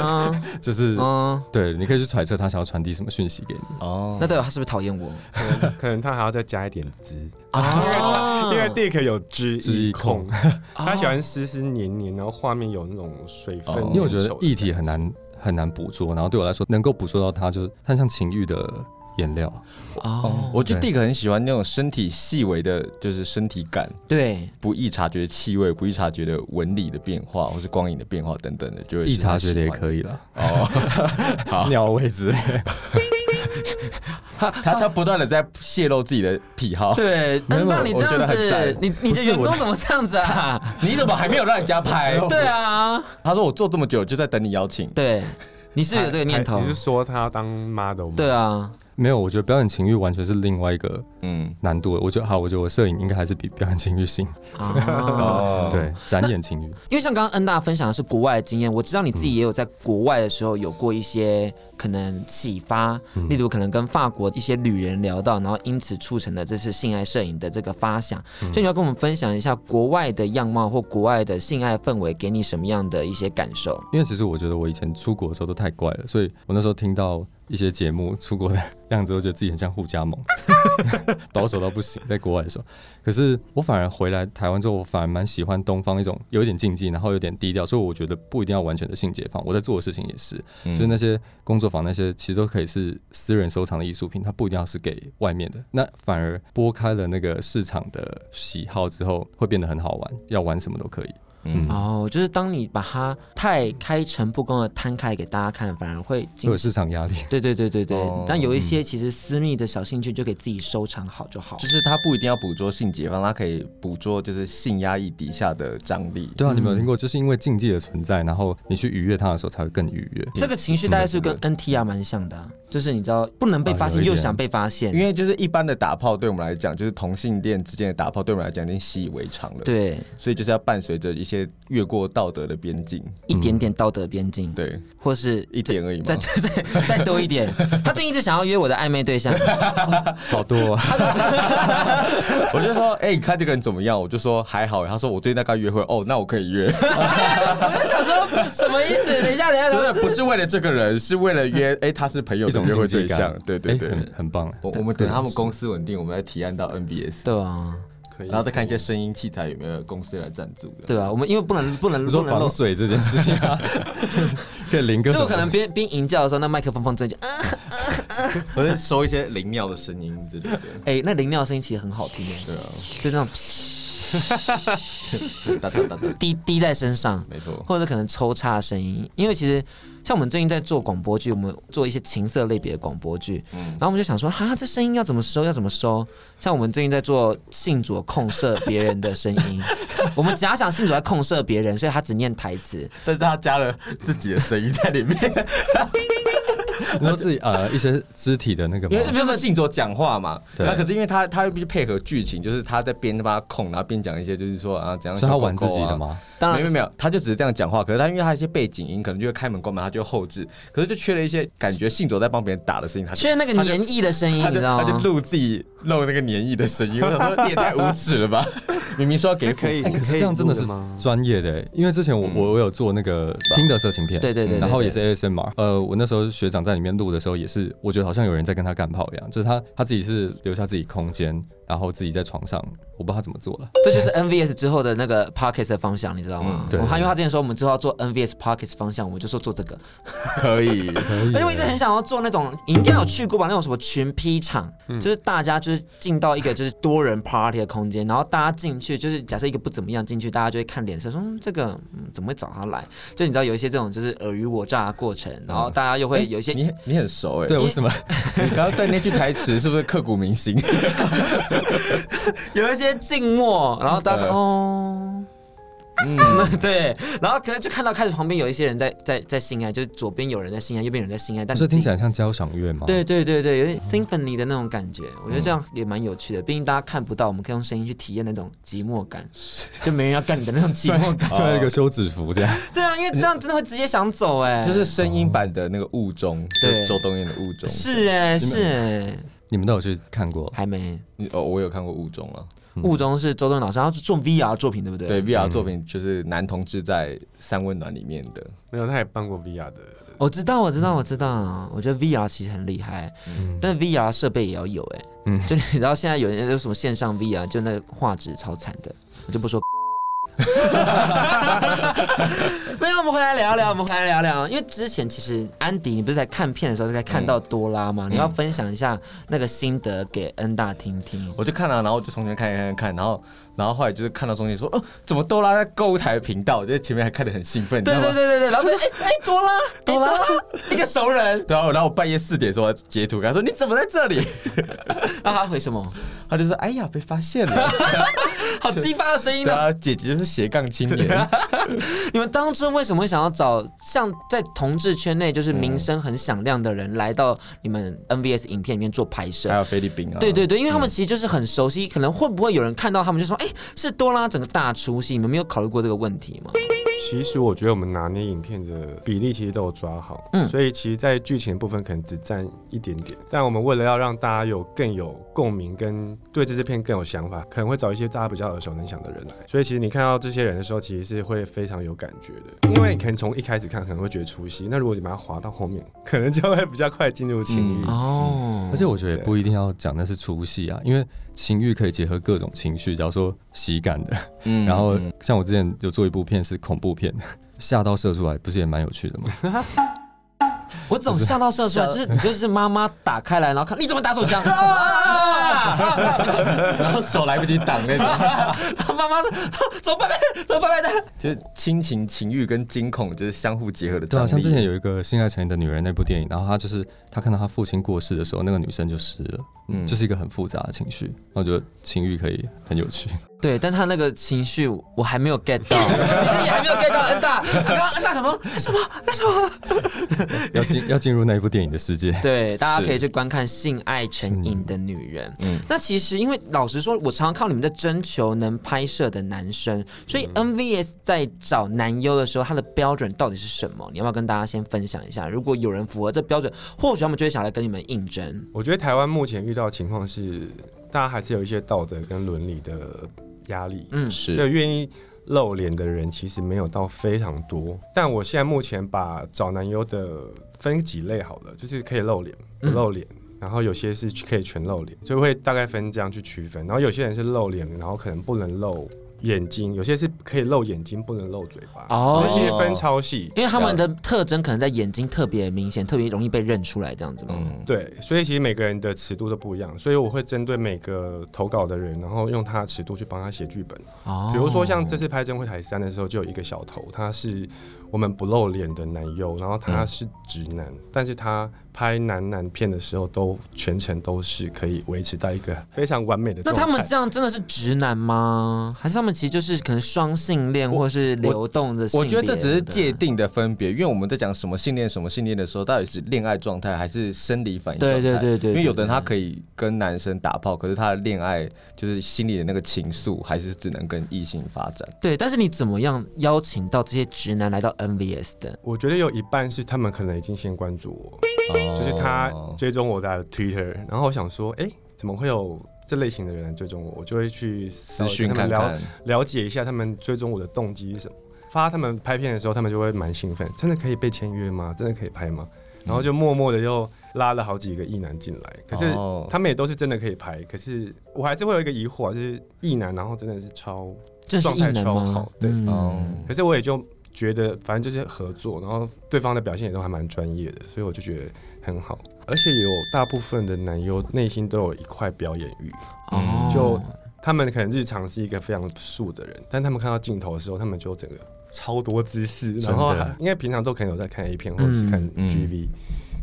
[SPEAKER 2] 嗯
[SPEAKER 1] 就是、
[SPEAKER 2] 嗯，
[SPEAKER 1] 对，你可以去揣测他想要传递什么讯息给你。
[SPEAKER 3] 哦，
[SPEAKER 2] 那代表他是不是讨厌我？
[SPEAKER 4] 可能 可能他还要再加一点汁，
[SPEAKER 2] 啊
[SPEAKER 4] 因为 Dick 有汁
[SPEAKER 1] 汁
[SPEAKER 4] 一
[SPEAKER 1] 一
[SPEAKER 4] 控
[SPEAKER 1] 控，
[SPEAKER 4] 他喜
[SPEAKER 2] 哦
[SPEAKER 4] 欢湿湿黏黏，然后画面有那种水分
[SPEAKER 3] 哦。
[SPEAKER 1] 因为我觉得议题很难很难捕捉，然后对我来说能够捕捉到它，就是它很像情欲的颜料。
[SPEAKER 2] 哦，
[SPEAKER 3] 我觉得
[SPEAKER 1] 对
[SPEAKER 3] Dick 很喜欢那种身体细微的，就是身体感，
[SPEAKER 2] 对，
[SPEAKER 3] 不易察觉的气味，不易察觉的纹理的变化，或是光影的变化等等的，就会
[SPEAKER 1] 异察觉的也
[SPEAKER 3] 以。
[SPEAKER 1] 可以了，
[SPEAKER 3] 哦，好
[SPEAKER 1] 鸟位置。
[SPEAKER 3] 他他不断的在泄露自己的癖好。
[SPEAKER 2] 哦对，
[SPEAKER 3] 没有
[SPEAKER 2] 嗯那你这
[SPEAKER 3] 我觉
[SPEAKER 2] 样
[SPEAKER 3] 得很
[SPEAKER 2] 子
[SPEAKER 3] 赞，
[SPEAKER 2] 你你的员工怎么这样子 啊？
[SPEAKER 3] 你怎么还没有让人家拍？
[SPEAKER 2] 对啊，
[SPEAKER 3] 他说我做这么久就在等你邀请。
[SPEAKER 2] 对，你是有这个念头
[SPEAKER 4] 还你，是说他要当 model 吗？
[SPEAKER 2] 对啊，
[SPEAKER 1] 没有，我觉得表演情欲完全是另外一个
[SPEAKER 3] 嗯，
[SPEAKER 1] 难度的。我觉得好，我觉得我摄影应该还是比表演情欲性，
[SPEAKER 2] 啊，
[SPEAKER 3] 哦，
[SPEAKER 1] 对， 展演情欲。
[SPEAKER 2] 因为像刚刚恩大分享的是国外的经验，我知道你自己也有在国外的时候有过一些可能启发，
[SPEAKER 3] 嗯
[SPEAKER 2] 例如可能跟法国一些旅人聊到，然后因此促成了这次性爱摄影的这个发想，
[SPEAKER 3] 嗯
[SPEAKER 2] 所以你要跟我们分享一下国外的样貌或国外的性爱氛围给你什么样的一些感受？
[SPEAKER 1] 因为其实我觉得我以前出国的时候都太怪了，所以我那时候听到一些节目出国的 样子，我觉得自己很像互加盟， 保守到不行。在国外的时候，可是我反而回来台湾之后，我反而蛮喜欢东方一种有一点禁忌，然后有点低调，所以我觉得不一定要完全的性解放。我在做的事情也是，就是那些工作坊那些其实都可以是私人收藏的艺术品，它不一定要是给外面的。那反而拨开了那个市场的喜好之后，会变得很好玩，要玩什么都可以。
[SPEAKER 3] 嗯，
[SPEAKER 2] 哦，就是当你把它太开诚布公的摊开给大家看，反而会
[SPEAKER 1] 会
[SPEAKER 2] 进
[SPEAKER 1] 有市场压力。
[SPEAKER 2] 对对对对对，
[SPEAKER 3] 哦
[SPEAKER 2] 但有一些其实私密的小兴趣就给自己收藏好就好。
[SPEAKER 3] 就是他不一定要捕捉性解放，他可以捕捉就是性压抑底下的张力。
[SPEAKER 1] 对啊，你们有听过，就是因为禁忌的存在，然后你去愉悦它的时候才会更愉
[SPEAKER 3] 嗯
[SPEAKER 1] 悦。
[SPEAKER 2] 这个情绪大概是跟 NTR 蛮像的啊、就是你知道不能被发现
[SPEAKER 1] 啊有一
[SPEAKER 2] 又
[SPEAKER 1] 点
[SPEAKER 2] 想被发现
[SPEAKER 3] 因，为就是一般的打炮，对我们来讲，就是同性恋之间的打炮，对我们来讲已经习以为常了。，
[SPEAKER 2] 对，
[SPEAKER 3] 所以就是要伴随着一些越过道德的边境，
[SPEAKER 2] 一点点道德边境，
[SPEAKER 3] 嗯对，
[SPEAKER 2] 或是
[SPEAKER 3] 一点而已嘛
[SPEAKER 2] 再。再再再多一点。 他最近一直想要约我的暧昧对象，
[SPEAKER 1] 好多、啊，
[SPEAKER 3] 我就说，哎、你看这个人怎么样？我就说还好。他说我最近在跟他约会，哦，那我可以约。
[SPEAKER 2] 想说什么意思？等一下，等一下，
[SPEAKER 3] 真的不是为了这个人，是为了约，哎、他是朋友
[SPEAKER 1] 一
[SPEAKER 3] 的
[SPEAKER 1] 种
[SPEAKER 3] 约会
[SPEAKER 1] 竞
[SPEAKER 3] 对
[SPEAKER 1] 技感
[SPEAKER 3] 象。对对
[SPEAKER 1] 哎
[SPEAKER 3] 对，
[SPEAKER 1] 很很棒。
[SPEAKER 3] 我我们等他们公司稳定，我们来提案到 NBS，
[SPEAKER 2] 对啊，
[SPEAKER 4] 可以
[SPEAKER 3] 然后再看一些声音器材有没有公司来赞助 的。
[SPEAKER 2] 对啊，我们因为不能不能
[SPEAKER 1] 你
[SPEAKER 2] 不
[SPEAKER 1] 说
[SPEAKER 2] 能露
[SPEAKER 1] 防，水这件事情啊，可以淋个
[SPEAKER 2] 就可能边边营教的时候，那麦克风放这里，啊
[SPEAKER 3] 我在收一些灵鸟的声音之类的。
[SPEAKER 2] 哎，那淋尿声音其实很好听耶，
[SPEAKER 3] 对啊，
[SPEAKER 2] 就那种
[SPEAKER 3] 哒哒哒哒，
[SPEAKER 2] 滴滴在身上。
[SPEAKER 3] 没错。
[SPEAKER 2] 或者可能抽插的声音，因为其实像我们最近在做广播剧，我们做一些情色类别的广播剧，
[SPEAKER 3] 嗯
[SPEAKER 2] 然后我们就想说，哈，这声音要怎么收，要怎么收？像我们最近在做信主控射别人的声 音，我们假想信主在控射别人，所以他只念台词，
[SPEAKER 3] 但是他加了自己的声音在里面，
[SPEAKER 1] 你说自己呃一些肢体的那个吗
[SPEAKER 3] 因为是不是信卓讲话嘛？
[SPEAKER 1] 对
[SPEAKER 3] 那可是因为他他又必须配合剧情，就是他在边帮他控，然后边讲一些就是说啊怎样
[SPEAKER 1] 是
[SPEAKER 3] 小
[SPEAKER 1] 他
[SPEAKER 3] 狗狗啊，
[SPEAKER 1] 玩自己的吗？
[SPEAKER 2] 当
[SPEAKER 3] 没有
[SPEAKER 2] 然
[SPEAKER 3] 没有，他就只是这样讲话。可是他因为他一些背景音，可能就会开门关门，他就会后置，可是就缺了一些感觉信卓在帮别人打的声音，他就
[SPEAKER 2] 缺那个黏液的声音，
[SPEAKER 3] 他
[SPEAKER 2] 你
[SPEAKER 3] 就
[SPEAKER 2] 知道
[SPEAKER 3] 他 就
[SPEAKER 2] 吗？
[SPEAKER 3] 录自己露那个黏液的声音，我想说你也太无耻了吧！ 明明说要给
[SPEAKER 4] 啊可以
[SPEAKER 1] 哎可是这样真的是专业的、因为之前我我我有做那个听的色情片，
[SPEAKER 2] 对对对对
[SPEAKER 1] 然后也是 ASMR，呃，我那时候学长在里面录的时候也是，我觉得好像有人在跟他干炮一样，就是他他自己是留下自己空间，然后自己在床上，我不知道他怎么做了，
[SPEAKER 2] 这就是 NVS 之后的那个 Pockets 的方向，你知道吗？
[SPEAKER 3] 嗯
[SPEAKER 1] 对
[SPEAKER 2] 我他因为他之前说我们之后要做 NVS Pockets 方向，我就说做这个，
[SPEAKER 3] 可以，
[SPEAKER 2] 而且我一直很想要做那种，你应该有去过吧？那种什么群批场，
[SPEAKER 1] 嗯
[SPEAKER 2] 就是大家就是进到一个就是多人 party 的空间，然后大家进去，就是假设一个不怎么样进去，大家就会看脸色，说、嗯、这个、嗯、怎么会找他来？就你知道有一些这种就是尔虞我诈的过程，然
[SPEAKER 1] 嗯
[SPEAKER 2] 后大家又会有一些，
[SPEAKER 3] 你你很熟哎、
[SPEAKER 1] 对，为什么？
[SPEAKER 3] 你刚刚对那句台词是不是刻骨铭心？
[SPEAKER 2] 有一些静默，然后大家、
[SPEAKER 1] 呃
[SPEAKER 3] 嗯
[SPEAKER 2] 哦。嗯， 对，然后可能就看到开始旁边有一些人在在在性爱，就是左边有人在性爱，右边有人在性爱，但
[SPEAKER 1] 这
[SPEAKER 2] 你
[SPEAKER 1] 听
[SPEAKER 2] 自己
[SPEAKER 1] 起来像交响乐吗？
[SPEAKER 2] 对对对对，有点 symphony 的那种感觉，我觉得这样也蛮有趣的。毕竟大家看不到，我们可以用声音去体验那种寂寞感，就没人要干你的那种寂寞 感。
[SPEAKER 1] 穿一个休止符这样，
[SPEAKER 2] 对啊，因为这样真的会直接想走哎、
[SPEAKER 3] 就是声音版的那个雾中，
[SPEAKER 2] 对
[SPEAKER 3] 就周冬燕的雾中。
[SPEAKER 2] 是哎、是哎、
[SPEAKER 1] 你们都有去看过？
[SPEAKER 2] 还没。
[SPEAKER 3] 你哦，我有看过雾中啊。
[SPEAKER 2] 雾中是周冬老师，他是做 VR 作品对不对？
[SPEAKER 3] 对。，VR 作品就是男同志在三温暖里面的，
[SPEAKER 4] 没有，他也办过 VR 的，
[SPEAKER 2] 我知道，我知道，我知道。我觉得 VR 其实很厉害，但 VR 设备也要有哎、
[SPEAKER 1] 嗯
[SPEAKER 2] 就你知道现在有人有什么线上 VR，就那个画质超惨的，我就不说。 没有，我们回来聊聊，我们回来聊聊。因为之前其实安迪，你不是在看片的时候在看到多拉吗？你要分享一下那个心得给恩大听听。
[SPEAKER 3] 我就看了、然后我就从前看看看看，然后然后后来就是看到中间说，哦，怎么多拉在购物台的频道？我就前面还看得很兴奋，你知
[SPEAKER 2] 对
[SPEAKER 3] 道吗
[SPEAKER 2] 对对对对，然后就哎哎多拉多拉一个熟人，
[SPEAKER 3] 然啊后然后我半夜四点的时候截图，跟他说你怎么在这里？
[SPEAKER 2] 然啊后他回什么？
[SPEAKER 3] 他就说哎呀被发现 了。
[SPEAKER 2] 好鸡巴的声音
[SPEAKER 3] 对
[SPEAKER 2] 哦。
[SPEAKER 3] 啊，姐姐就是斜杠青年，
[SPEAKER 2] 你们当初为什么会想要找像在同志圈内就是名声很响亮的人来到你们 NVS 影片里面做拍摄
[SPEAKER 3] 还？有菲律宾啊，
[SPEAKER 2] 对对对，因为他们其实就是很熟悉，可能会不会有人看到他们就说，哎、是多拉整个大出戏？你们没有考虑过这个问题吗？
[SPEAKER 4] 其实我觉得我们拿捏影片的比例其实都有抓好，
[SPEAKER 2] 嗯
[SPEAKER 4] 所以其实，在剧情的部分可能只占一点点，但我们为了要让大家有更有共鸣，跟对这支片更有想法，可能会找一些大家比较耳熟能详的人来。所以其实你看到这些人的时候，其实是会非常有感觉的，因为你可能从一开始看可能会觉得出戏，那如果你把它滑到后面，可能就会比较快进入情欲。
[SPEAKER 2] 哦
[SPEAKER 1] 而且我觉得也不一定要讲那是出戏啊，因为情欲可以结合各种情绪，假如说喜感的，
[SPEAKER 3] 嗯，
[SPEAKER 1] 然后
[SPEAKER 3] 嗯
[SPEAKER 1] 像我之前有做一部片是恐怖片， 吓到射出来，不是也蛮有趣的 吗？
[SPEAKER 2] 我总吓到射出来，就是你就是妈妈打开来，然后看你怎么打手枪，啊
[SPEAKER 3] 然后嗯手来不及挡那种，
[SPEAKER 2] 他 妈妈说走拜拜，走拜拜的，
[SPEAKER 3] 就是亲情、情欲跟惊恐就是相互结合的
[SPEAKER 1] 对
[SPEAKER 3] 张
[SPEAKER 1] 啊，
[SPEAKER 3] 力。
[SPEAKER 1] 像之前有一个《性爱成瘾的女人》那部电影，然后她就是她看到她父亲过世的时候，那个女生就湿了，
[SPEAKER 3] 嗯
[SPEAKER 1] 嗯，就是一个很复杂的情绪。那我觉得情欲可以很有趣，
[SPEAKER 2] 对，但他那个情绪我还没有 get 到，你自己还没有 get 到恩大，刚刚恩大想说那什么那什么？
[SPEAKER 1] 要进要进入那一部电影的世界。
[SPEAKER 2] 对，大家可以去观看《性爱成瘾的女人》。嗯
[SPEAKER 3] 嗯，
[SPEAKER 2] 那其实因为老实说，我常常靠你们在征求能拍摄的男生，所以 NVS 在找男优的时候，他的标准到底是什么？你要不要跟大家先分享一下？如果有人符合这标准，或许他们就会想来跟你们应征。
[SPEAKER 4] 我觉得台湾目前遇到的情况是，大家还是有一些道德跟伦理的压力，
[SPEAKER 2] 嗯，
[SPEAKER 4] 所
[SPEAKER 3] 是
[SPEAKER 4] 以愿意露脸的人其实没有到非常多。但我现在目前把找男优的分几类好了，就是可以露脸、
[SPEAKER 2] 嗯
[SPEAKER 4] 不露脸。然后有些是可以全露脸，所以会大概分这样去区分。然后有些人是露脸，然后可能不能露眼睛；有些是可以露眼睛，不能露嘴巴。
[SPEAKER 2] 哦
[SPEAKER 4] 这些分超细。
[SPEAKER 2] 因为他们的特征可能在眼睛特别明显，特别容易被认出来，这样子嘛。
[SPEAKER 3] 嗯，
[SPEAKER 4] 对，所以其实每个人的尺度都不一样，所以我会针对每个投稿的人，然后用他的尺度去帮他写剧本。
[SPEAKER 2] 哦
[SPEAKER 4] 比如说像这次拍《真会台三》的时候，就有一个小头，他是我们不露脸的男优，然后他
[SPEAKER 3] 嗯
[SPEAKER 4] 是直男，但是他拍男男片的时候都全程都是可以维持到一个非常完美的
[SPEAKER 2] 那
[SPEAKER 4] 状态。
[SPEAKER 2] 他们这样真的是直男吗？还是他们其实就是可能双性恋，
[SPEAKER 3] 我
[SPEAKER 2] 或是流动的性
[SPEAKER 3] 我
[SPEAKER 2] 别
[SPEAKER 3] 觉得这只是界
[SPEAKER 2] 的
[SPEAKER 3] 定的分别，因为我们在讲什么性恋、什么性恋的时候，到底是恋爱状态还是生理反应状态？
[SPEAKER 2] 对对对对对
[SPEAKER 3] 因为有的人他可以跟男生打炮，可是他的恋爱就是心里的那个情愫，还是只能跟异性发展。
[SPEAKER 4] 哦
[SPEAKER 2] 对，但是你怎么样邀请到这些直男来到 NVS 的？
[SPEAKER 4] 我觉得有一半是他们可能已经先关注我，就是他
[SPEAKER 3] 哦
[SPEAKER 4] 追踪我的 Twitter，然后我想说，哎、怎么会有这类型的人来追踪我？我就会去
[SPEAKER 3] 私
[SPEAKER 4] 私
[SPEAKER 3] 讯
[SPEAKER 4] 他们
[SPEAKER 3] 看哦
[SPEAKER 4] 聊
[SPEAKER 3] 看，
[SPEAKER 4] 了解一下他们追踪我的动机是什么。发他们拍片的时候，他们就会蛮兴奋，真的可以被签约吗？真的可以拍吗？然后就默默的又拉了好几个异男进来，可是
[SPEAKER 3] 哦
[SPEAKER 4] 他们也都是真的可以拍，可是我还是会有一个疑惑啊，就是异男，然后真的是超，
[SPEAKER 2] 这是异
[SPEAKER 4] 状态
[SPEAKER 2] 男
[SPEAKER 4] 超
[SPEAKER 2] 吗
[SPEAKER 4] 好？对
[SPEAKER 2] 嗯
[SPEAKER 3] 嗯，
[SPEAKER 4] 可是我也就觉得反正就是合作，然后对方的表现也都还蛮专业的，所以我就觉得很好，而且有大部分的男优内心都有一块表演欲，
[SPEAKER 2] 哦，
[SPEAKER 4] 就他们可能日常是一个非常素的人，但他们看到镜头的时候，他们就整个超多姿势，
[SPEAKER 1] 真的
[SPEAKER 4] 然后啊因为平常都可能有在看 A 片或者是看
[SPEAKER 2] 嗯
[SPEAKER 3] 嗯
[SPEAKER 4] GV，、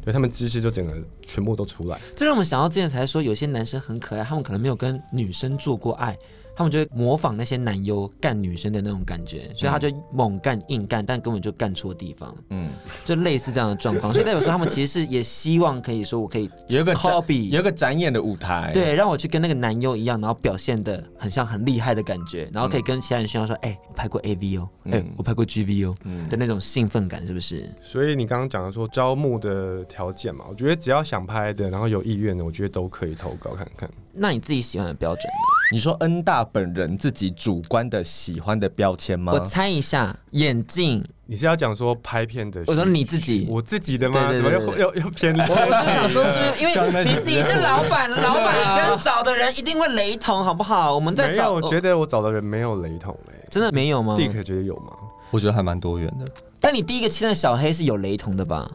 [SPEAKER 4] 对他们姿势就整个全部都出来。
[SPEAKER 2] 这让我们想到之前才说，有些男生很可爱，他们可能没有跟女生做过爱，他们就会模仿那些男优干女生的那种感觉，所以他就猛干硬干，但根本就干错地方，
[SPEAKER 3] 嗯，
[SPEAKER 2] 就类似这样的状况。所以代表说他们其实是也希望可以说我可以
[SPEAKER 3] 有一个展
[SPEAKER 2] copy
[SPEAKER 3] 有一个展演的舞
[SPEAKER 4] 哎
[SPEAKER 3] 台，，
[SPEAKER 2] 对，让我去跟那个男优一样，然后表现的很像很厉害的感觉，然后可以跟其他人炫耀
[SPEAKER 4] 嗯
[SPEAKER 2] 说，哎、我拍过 AV 哦，哎、
[SPEAKER 3] 嗯
[SPEAKER 2] 我拍过 GV 哦、
[SPEAKER 3] 嗯
[SPEAKER 2] 的那种兴奋感，是不是？
[SPEAKER 4] 所以你刚刚讲的说招募的条件嘛，我觉得只要想拍的，然后有意愿的，我觉得都可以投稿看看。
[SPEAKER 2] 那你自己喜欢的标准呢，
[SPEAKER 4] 啊
[SPEAKER 3] 你说恩大本人自己主观的喜欢的标签吗哦
[SPEAKER 2] 我？猜一下，眼镜，
[SPEAKER 4] 你是要讲说拍片的？
[SPEAKER 2] 我说你自己。
[SPEAKER 4] 我自己的吗？
[SPEAKER 2] 对对对
[SPEAKER 4] 怎么又又又偏离？
[SPEAKER 2] 我我就想说，是不是因为你你是老板，老板跟找的人一定会雷同，好不好？我们在
[SPEAKER 4] 没有，
[SPEAKER 2] 找，哦
[SPEAKER 4] 我觉得我找的人没有雷同哎、
[SPEAKER 2] 真的没有吗？
[SPEAKER 4] Dick 觉得有吗？
[SPEAKER 1] 我觉得还蛮多元的，
[SPEAKER 2] 但你第一个签的小黑是有雷同的吧？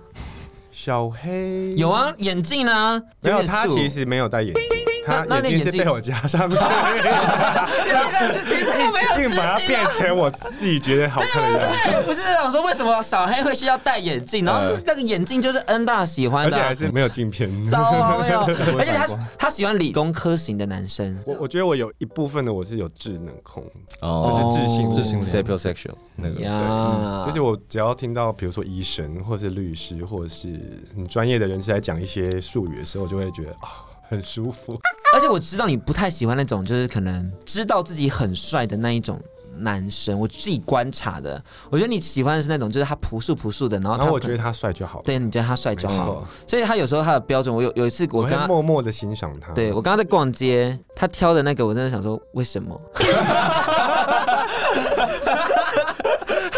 [SPEAKER 4] 小黑
[SPEAKER 2] 有啊，眼镜啊，
[SPEAKER 4] 没有，
[SPEAKER 2] 点
[SPEAKER 4] 他
[SPEAKER 2] 素
[SPEAKER 4] 其实没有戴眼镜，他
[SPEAKER 2] 那那你
[SPEAKER 4] 眼镜
[SPEAKER 2] 眼
[SPEAKER 4] 是
[SPEAKER 2] 镜
[SPEAKER 4] 被我加上去 的，
[SPEAKER 2] 你这个没有
[SPEAKER 4] 硬
[SPEAKER 2] 私
[SPEAKER 4] 把它
[SPEAKER 2] 心啊
[SPEAKER 4] 变成我自己觉得好看 的样子，
[SPEAKER 2] 我是想说，为什么小黑会需要戴眼镜？然后那个眼镜就是恩大喜欢
[SPEAKER 4] 而
[SPEAKER 2] 的
[SPEAKER 4] 且
[SPEAKER 2] 啊、
[SPEAKER 4] 还是没有镜片。
[SPEAKER 2] 糟啊， 没有，而且他
[SPEAKER 1] 我也想过
[SPEAKER 2] 他喜欢理工科型的男生，
[SPEAKER 4] 我我觉得我有一部分的我是有智能控，
[SPEAKER 2] 啊
[SPEAKER 3] 哦
[SPEAKER 4] 就是自信
[SPEAKER 2] 哦
[SPEAKER 4] 自
[SPEAKER 1] 信
[SPEAKER 3] 就是 sapiosexual 那个，
[SPEAKER 2] 呀，
[SPEAKER 4] 就是我只要听到比如说医生或是律师或者是很专业的人士来讲一些术语的时候，我就会觉得啊。很舒服，
[SPEAKER 2] 而且我知道你不太喜欢那种，就是可能知道自己很帅的那一种。男生，我自己观察的，我觉得你喜欢的是那种，就是他朴素朴素的，然后
[SPEAKER 4] 然
[SPEAKER 2] 他
[SPEAKER 4] 后我
[SPEAKER 2] 可
[SPEAKER 4] 觉得他帅就好了，
[SPEAKER 2] 对，你觉得他帅就
[SPEAKER 4] 没
[SPEAKER 2] 好
[SPEAKER 4] 错，
[SPEAKER 2] 所以他有时候他的标准，我有有一次我
[SPEAKER 4] 我
[SPEAKER 2] 跟
[SPEAKER 4] 会
[SPEAKER 2] 他
[SPEAKER 4] 默默的欣赏他。
[SPEAKER 2] 对我刚刚在逛街，他挑的那个，我真的想说，为什 么？他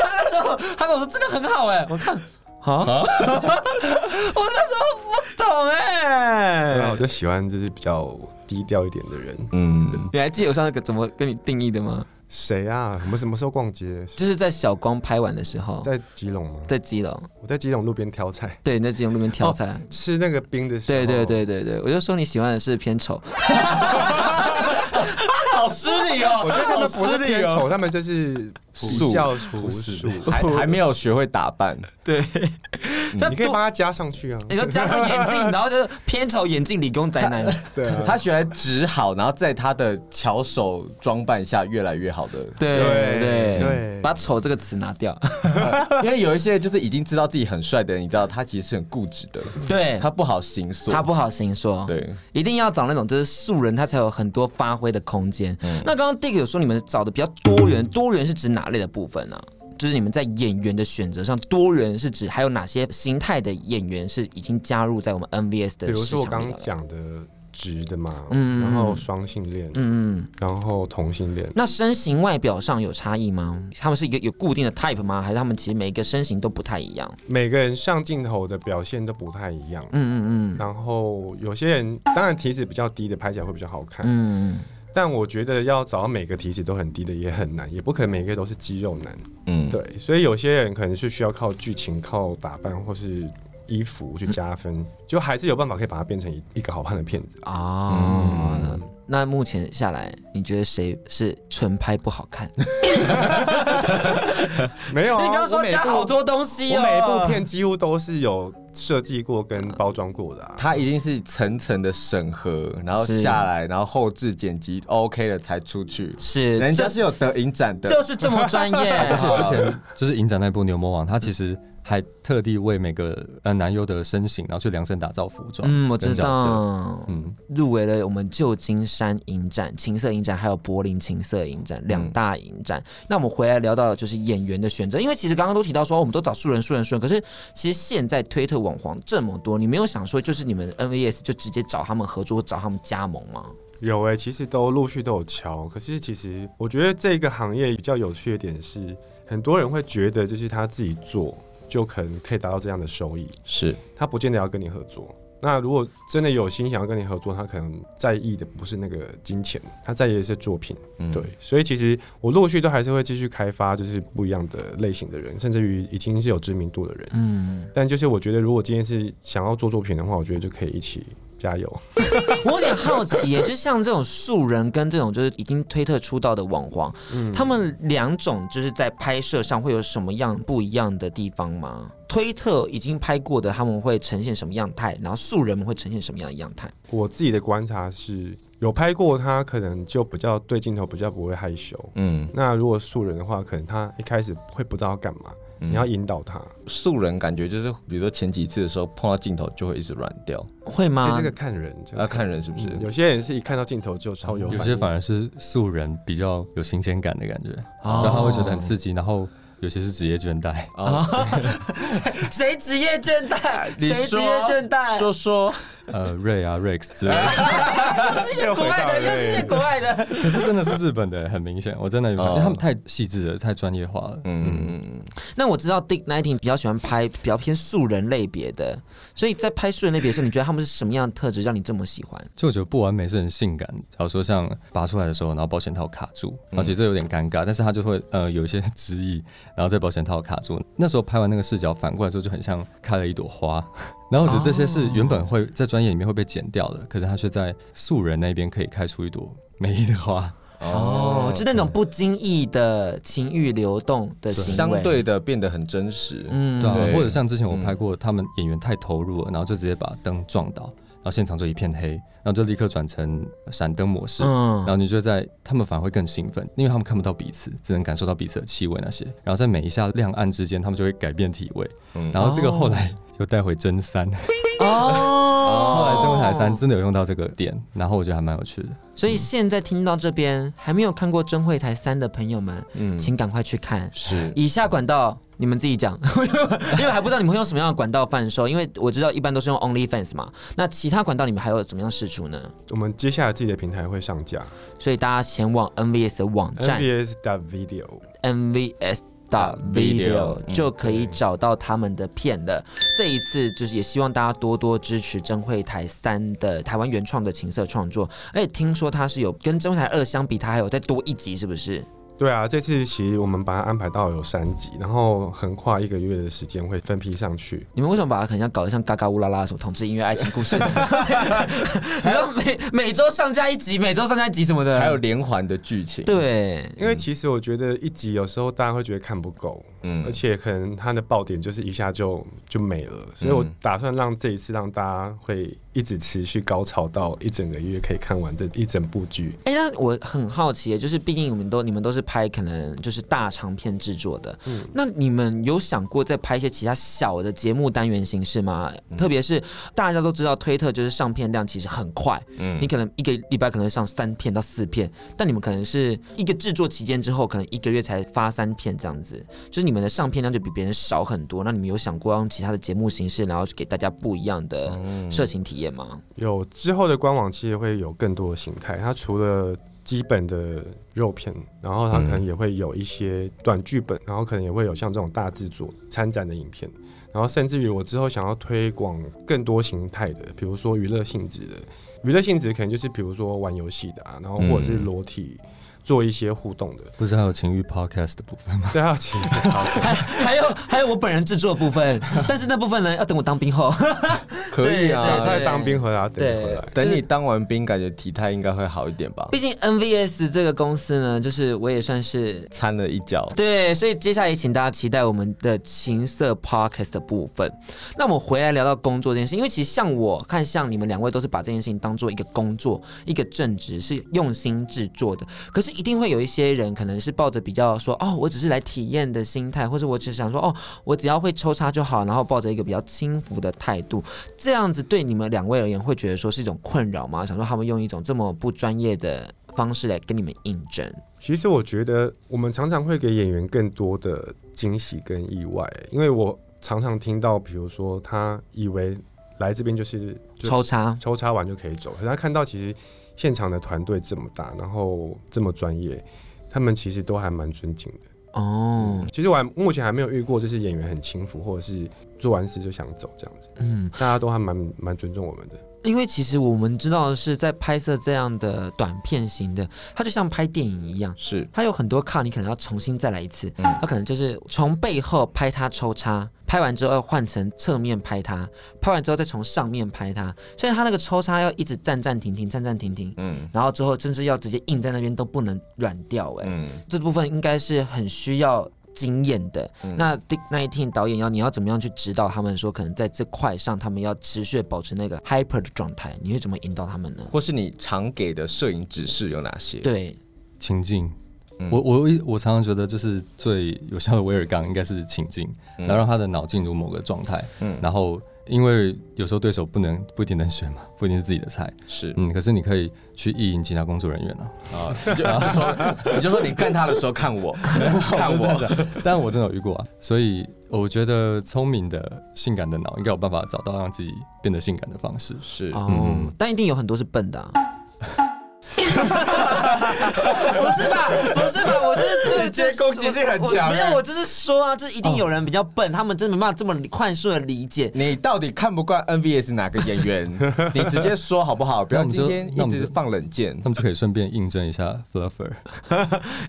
[SPEAKER 2] 那时候他跟我说这个很好哎、我看啊， 我那时候不懂哎、
[SPEAKER 4] 对啊，我就喜欢就是比较低调一点的人。
[SPEAKER 3] 嗯，
[SPEAKER 2] 你还记得我上次怎么跟你定义的吗？
[SPEAKER 4] 谁啊？我们什么时候逛街？
[SPEAKER 2] 就是在小光拍完的时候，
[SPEAKER 4] 在基隆吗？
[SPEAKER 2] 在基隆，
[SPEAKER 4] 我在基隆路边挑菜，
[SPEAKER 2] 对，那基隆路边挑菜。
[SPEAKER 4] 吃那个冰的时候。
[SPEAKER 2] 对对，对对对，我就说你喜欢的是偏 丑，
[SPEAKER 3] 好失礼哦，
[SPEAKER 4] 我觉得他
[SPEAKER 3] 好
[SPEAKER 4] 们不
[SPEAKER 3] 失
[SPEAKER 4] 是
[SPEAKER 3] 礼
[SPEAKER 4] 偏
[SPEAKER 3] 哦，
[SPEAKER 4] 丑，他们就是比较朴素。
[SPEAKER 3] 还还没有学会打扮，
[SPEAKER 2] 对，这
[SPEAKER 4] 嗯你可以
[SPEAKER 2] 多
[SPEAKER 4] 帮他加上去啊。
[SPEAKER 2] 你说加上眼 镜，然后就是偏丑眼镜理工宅男，
[SPEAKER 4] 对啊，
[SPEAKER 3] 他学来只好，然后在他的巧手装扮下越来越好的，
[SPEAKER 2] 对
[SPEAKER 4] 对
[SPEAKER 2] 对，
[SPEAKER 4] 对
[SPEAKER 2] 把丑这个词拿掉，
[SPEAKER 3] 因为有一些就是已经知道自己很帅的人，你知道他其实是很固执的，
[SPEAKER 2] 对
[SPEAKER 3] 他不好形塑，
[SPEAKER 2] 他不好行说，
[SPEAKER 3] 对，
[SPEAKER 2] 一定要找那种就是素人，他才有很多发挥的空间。
[SPEAKER 3] 嗯
[SPEAKER 2] 那刚刚 Dick 有说你们找的比较多元，多元是指哪类的部分呢、就是你们在演员的选择上，多元是指还有哪些形态的演员是已经加入在我们 NVS
[SPEAKER 4] 比
[SPEAKER 2] 的
[SPEAKER 4] 如说
[SPEAKER 2] 市
[SPEAKER 4] 我
[SPEAKER 2] 场
[SPEAKER 4] 刚
[SPEAKER 2] 里
[SPEAKER 4] 刚
[SPEAKER 2] 了？
[SPEAKER 4] 讲的直的嘛，
[SPEAKER 2] 嗯
[SPEAKER 4] 然后双性恋，
[SPEAKER 2] 嗯，
[SPEAKER 4] 然后同性恋。
[SPEAKER 2] 那身形外表上有差异吗？他们是一个有固定的 type 吗？还是他们其实每一个身形都不太一样？
[SPEAKER 4] 每个人上镜头的表现都不太一样。
[SPEAKER 2] 嗯嗯嗯
[SPEAKER 4] 然后有些人当然体脂比较低的拍起来会比较好看，
[SPEAKER 2] 嗯，
[SPEAKER 4] 但我觉得要找到每个体脂都很低的也很难，也不可能每个都是肌肉男。
[SPEAKER 3] 嗯，
[SPEAKER 4] 对，所以有些人可能是需要靠剧情、靠打扮或是衣服去加分，就还是有办法可以把它变成一一个好看的片子。
[SPEAKER 2] 哦，那目前下来，你觉得谁是纯拍不好看？ 你
[SPEAKER 4] 没有、啊，
[SPEAKER 2] 刚刚
[SPEAKER 4] 我
[SPEAKER 2] 说
[SPEAKER 4] 每
[SPEAKER 2] 加
[SPEAKER 4] 部
[SPEAKER 2] 好多东西
[SPEAKER 4] 我
[SPEAKER 2] 哦，
[SPEAKER 4] 每一部片几乎都是有设计过跟包装过的、啊。
[SPEAKER 3] 他一定是层层的审核，然后
[SPEAKER 2] 是
[SPEAKER 3] 下来，然后后置剪辑 OK 了才出去，
[SPEAKER 2] 是，
[SPEAKER 3] 人家
[SPEAKER 2] 就是
[SPEAKER 3] 有得影展的，
[SPEAKER 2] 就是这么专业
[SPEAKER 3] 而。且之前
[SPEAKER 1] 就是影展那部《牛魔王》，他其实还特地为每个呃男优的身形，然后去量身打造服装。
[SPEAKER 2] 嗯，我知
[SPEAKER 1] 跟角色。
[SPEAKER 2] 道，
[SPEAKER 1] 嗯，
[SPEAKER 2] 入围了我们旧金山影展、情色影展，还有柏林情色影展两大影展。那我们回来聊到就是演员的选择，因为其实刚刚都提到说哦我们都找素人、素人、素人，可是其实现在推特网黄这么多，你没有想说就是你们 NVS 就直接找他们合作，或找他们加盟吗？
[SPEAKER 4] 有哎、其实都陆续都有敲。可是其实我觉得这个行业比较有趣的点是，很多人会觉得就是他自己做就可能可以达到这样的收益，
[SPEAKER 3] 是
[SPEAKER 4] 他不见得要跟你合作。那如果真的有心想要跟你合作，他可能在意的不是那个金钱，他在意的是作品。
[SPEAKER 3] 嗯
[SPEAKER 4] 对，所以其实我陆续都还是会继续开发，就是不一样的类型的人，甚至于已经是有知名度的人。
[SPEAKER 2] 嗯，
[SPEAKER 4] 但就是我觉得，如果今天是想要做作品的话，我觉得就可以一起加油。
[SPEAKER 2] 我有点好奇耶，就是像这种素人跟这种就是已经推特出道的网黄，他们两种就是在拍摄上会有什么样不一样的地方吗？推特已经拍过的他们会呈现什么样态，然后素人们会呈现什么样的样态？
[SPEAKER 4] 我自己的观察是，有拍过他可能就比较对镜头比较不会害羞。
[SPEAKER 3] 嗯，
[SPEAKER 4] 那如果素人的话，可能他一开始会不知道要干嘛，
[SPEAKER 3] 嗯
[SPEAKER 4] 你要引导他。
[SPEAKER 3] 素人感觉就是，比如说前几次的时候碰到镜头就会一直软掉，
[SPEAKER 2] 会
[SPEAKER 4] 对
[SPEAKER 2] 吗？
[SPEAKER 4] 哎这个看人，这
[SPEAKER 3] 要
[SPEAKER 4] 个
[SPEAKER 3] 看人是不是？
[SPEAKER 4] 嗯有些人是一看到镜头就超有
[SPEAKER 1] 有
[SPEAKER 4] 反
[SPEAKER 1] 些
[SPEAKER 4] 应，
[SPEAKER 1] 反而是素人比较有新鲜感的感觉，
[SPEAKER 2] 哦
[SPEAKER 1] 然后他会觉得很刺激，然后有些是职业倦怠。
[SPEAKER 3] 啊，
[SPEAKER 2] 谁职业倦怠？
[SPEAKER 3] 你
[SPEAKER 2] 谁职
[SPEAKER 3] 说
[SPEAKER 2] 业倦怠？
[SPEAKER 3] 说说，
[SPEAKER 1] 呃，瑞啊，Rex 之类的。
[SPEAKER 2] 这些国外的，就是这些国外的。
[SPEAKER 1] 可是真的是日本的，很明显，我真的有看，
[SPEAKER 3] 哦
[SPEAKER 1] 因为他们太细致了，太专业化了。嗯，
[SPEAKER 3] 嗯，
[SPEAKER 2] 那我知道 Dick Nineteen 比较喜欢拍比较偏素人类别的，所以在拍素人类别的时候，你觉得他们是什么样的特质让你这么喜欢？
[SPEAKER 1] 就我觉得不完美是很性感。假如说像拔出来的时候，然后保险套卡住，然后其实这有点尴尬，但是他就会呃有一些汁液，然后在保险套卡住。那时候拍完那个视角反过来说，就很像开了一朵花。 然后我觉得这些是原本会在专业里面会被剪掉的，可是他却在素人那边可以开出一朵美丽的花。
[SPEAKER 3] 嗯
[SPEAKER 2] 哦，就那种不经意的情欲流动的行为，
[SPEAKER 3] 相对的变得很真实，
[SPEAKER 2] 嗯
[SPEAKER 1] 对啊，
[SPEAKER 3] 对
[SPEAKER 1] 或者像之前我拍过，他们演员太投入了，然后就直接把灯撞倒，然后现场就一片黑，然后就立刻转成闪灯模式，然
[SPEAKER 2] 嗯，
[SPEAKER 1] 后你就在他们反而会更兴奋，因为他们看不到彼此，只能感受到彼此的气味那些，然后在每一下亮暗之间，他们就会改变体味，
[SPEAKER 3] 嗯
[SPEAKER 1] 然后这个后来又带回真三，
[SPEAKER 2] 哦，
[SPEAKER 1] 后来真台三真的有用到这个点，然后我觉得还蛮有趣的。
[SPEAKER 2] 所以现在听到这边还没有看过《真会台三》的朋友们，
[SPEAKER 3] 嗯
[SPEAKER 2] 请赶快去看。
[SPEAKER 3] 是
[SPEAKER 2] 以下管道你们自己讲， 因为还不知道你们会用什么样的管道贩售，因为我知道一般都是用 OnlyFans 嘛。那其他管道你们还有怎么样试出呢？
[SPEAKER 4] 我们接下来自己的平台会上架
[SPEAKER 2] 所以大家前往 NVS 的网站
[SPEAKER 4] NBS video，
[SPEAKER 2] NVS 打 video
[SPEAKER 3] Video，嗯
[SPEAKER 2] 就可以找到他们的片了。这一次就是也希望大家多多支持《真会台三》的台湾原哎创的情色创作，而且听说它是有跟《真会台二》相比，它还有再多一集，是不是？
[SPEAKER 4] 对啊，这次其实我们把它安排到有三集，然后横跨一个月的时间会分批上去。
[SPEAKER 2] 你们为什么把它很像搞得像嘎嘎乌拉拉什么同志音乐爱情故 事？然后每每周上架一集，每周上架一集什么的，
[SPEAKER 3] 还有连环的剧情。，
[SPEAKER 2] 对，
[SPEAKER 4] 因为其实我觉得一集有时候大家会觉得看不够，
[SPEAKER 3] 嗯
[SPEAKER 4] 而且可能它的爆点就是一下就就没了，所以我
[SPEAKER 3] 嗯
[SPEAKER 4] 打算让这一次让大家会一直持续高潮到一整个月可以看完这一整部剧。
[SPEAKER 2] 哎、那我很好奇耶，就是毕竟我们都你们都是拍可能就是大长片制作的，那你们有想过再拍一些其他小的节目单元形式吗？特别是大家都知道推特就是上片量其实很快，
[SPEAKER 3] 嗯
[SPEAKER 2] 你可能一个礼拜可能上三片到四片，但你们可能是一个制作期间之后，可能一个月才发三片这样子，就是你们的上片量就比别人少很多。那你们有想过要用其他的节目形式，然后给大家不一样的色情体验吗？
[SPEAKER 4] 有之后的官网其实会有更多的形态，它除了基本的肉片，然后它可能也会有一些短剧本，然后可能也会有像这种大制作参展的影片，然后甚至于我之后想要推广更多形态的，比如说娱乐性质的，娱乐性质可能就是比如说玩游戏的啊，然后或者是
[SPEAKER 3] 嗯
[SPEAKER 4] 裸体。做一些互动的，
[SPEAKER 1] 不是还有情欲 podcast 的部分吗？
[SPEAKER 4] 对啊，其实好
[SPEAKER 2] 还有还有我本人制作的部分，但是那部分呢，要等我当兵后。
[SPEAKER 3] 可以
[SPEAKER 4] 对
[SPEAKER 3] 啊。
[SPEAKER 4] 他 在当兵回来，等
[SPEAKER 2] 对
[SPEAKER 4] 回来，
[SPEAKER 3] 等你当完兵，感觉体态应该会好一点吧？
[SPEAKER 2] 毕竟 NVS 这个公司呢，就是我也算是。
[SPEAKER 3] 掺了一脚，
[SPEAKER 2] 对，所以接下来也请大家期待我们的情色 podcast 的部分。那我们回来聊到工作这件事，因为其实像我看，像你们两位都是把这件事情当做一个工作、一个正职，是用心制作的。可是一定会有一些人，可能是抱着比较说哦，我只是来体验的心态，或者我只是想说哦，我只要会抽插就好，然后抱着一个比较轻浮的态度，这样子对你们两位而言会觉得说是一种困扰吗？想说他们用一种这么不专业的方式来跟你们应征，
[SPEAKER 4] 其实我觉得我们常常会给演员更多的惊喜跟意外，因为我常常听到，比如说他以为来这边就是就
[SPEAKER 2] 抽插，
[SPEAKER 4] 抽插完就可以走，可是他看到其实现场的团队这么大，然后这么专业，他们其实都还蛮尊敬的。
[SPEAKER 2] 哦，
[SPEAKER 4] 其实我还目前还没有遇过，就是演员很轻浮，或者是做完事就想走这样子，
[SPEAKER 2] 嗯，
[SPEAKER 4] 大家都还蛮蛮尊重我们的。
[SPEAKER 2] 因为其实我们知道的是在拍摄这样的短片型的，它就像拍电影一样。
[SPEAKER 3] 是
[SPEAKER 2] 它有很多卡，你可能要重新再来一次。它可能就是从背后拍它抽插，拍完之后要换成侧面拍它，拍完之后再从上面拍它。所以它那个抽插要一直站站停停，站站停停，
[SPEAKER 3] 嗯
[SPEAKER 2] 然后之后甚至要直接硬在那边都不能软掉、哎、
[SPEAKER 3] 嗯，
[SPEAKER 2] 这部分应该是很需要经验的。
[SPEAKER 1] 嗯
[SPEAKER 2] 那 Dick Nineteen 导演要你要怎么样去指导他们说，可能在这块上他们要持续地保持那个 hyper 的状态，你会怎么引导他们呢？
[SPEAKER 3] 或是你常给的摄影指示有哪些？
[SPEAKER 2] 对，
[SPEAKER 1] 情境
[SPEAKER 3] 嗯，
[SPEAKER 1] 我我我常常觉得就是最有效的威尔刚应该是情境，
[SPEAKER 3] 嗯
[SPEAKER 1] 然后让他的脑进入某个状态，
[SPEAKER 3] 嗯
[SPEAKER 1] 然后因为有时候对手不能不一定能选嘛，不一定是自己的菜，
[SPEAKER 3] 是
[SPEAKER 1] 嗯，可是你可以去意淫其他工作人员啊。
[SPEAKER 3] 啊，你就你就说你就说你干他的时候看我，看我，
[SPEAKER 1] 但我真的有遇过啊，所以我觉得聪明的、性感的脑应该有办法找到让自己变得性感的方式。
[SPEAKER 3] 是
[SPEAKER 2] 哦，
[SPEAKER 1] 嗯
[SPEAKER 2] 但一定有很多是笨的、 啊。不是吧？不是吧？我就是这
[SPEAKER 3] 你今天攻击性很强
[SPEAKER 2] 我没有，
[SPEAKER 3] 欸
[SPEAKER 2] 我就是说啊，就是一定有
[SPEAKER 1] 哦
[SPEAKER 2] 人比较笨，他们真的没办法这么快速的理解。
[SPEAKER 3] 你到底看不惯 NVS 哪个演员？你直接说好不好？不要
[SPEAKER 1] 那我们
[SPEAKER 3] 今
[SPEAKER 1] 就
[SPEAKER 3] 天
[SPEAKER 1] 那
[SPEAKER 3] 一
[SPEAKER 1] 我们
[SPEAKER 3] 直
[SPEAKER 1] 就
[SPEAKER 3] 放冷箭
[SPEAKER 1] 他。们就可以顺便印证一下 fluffer，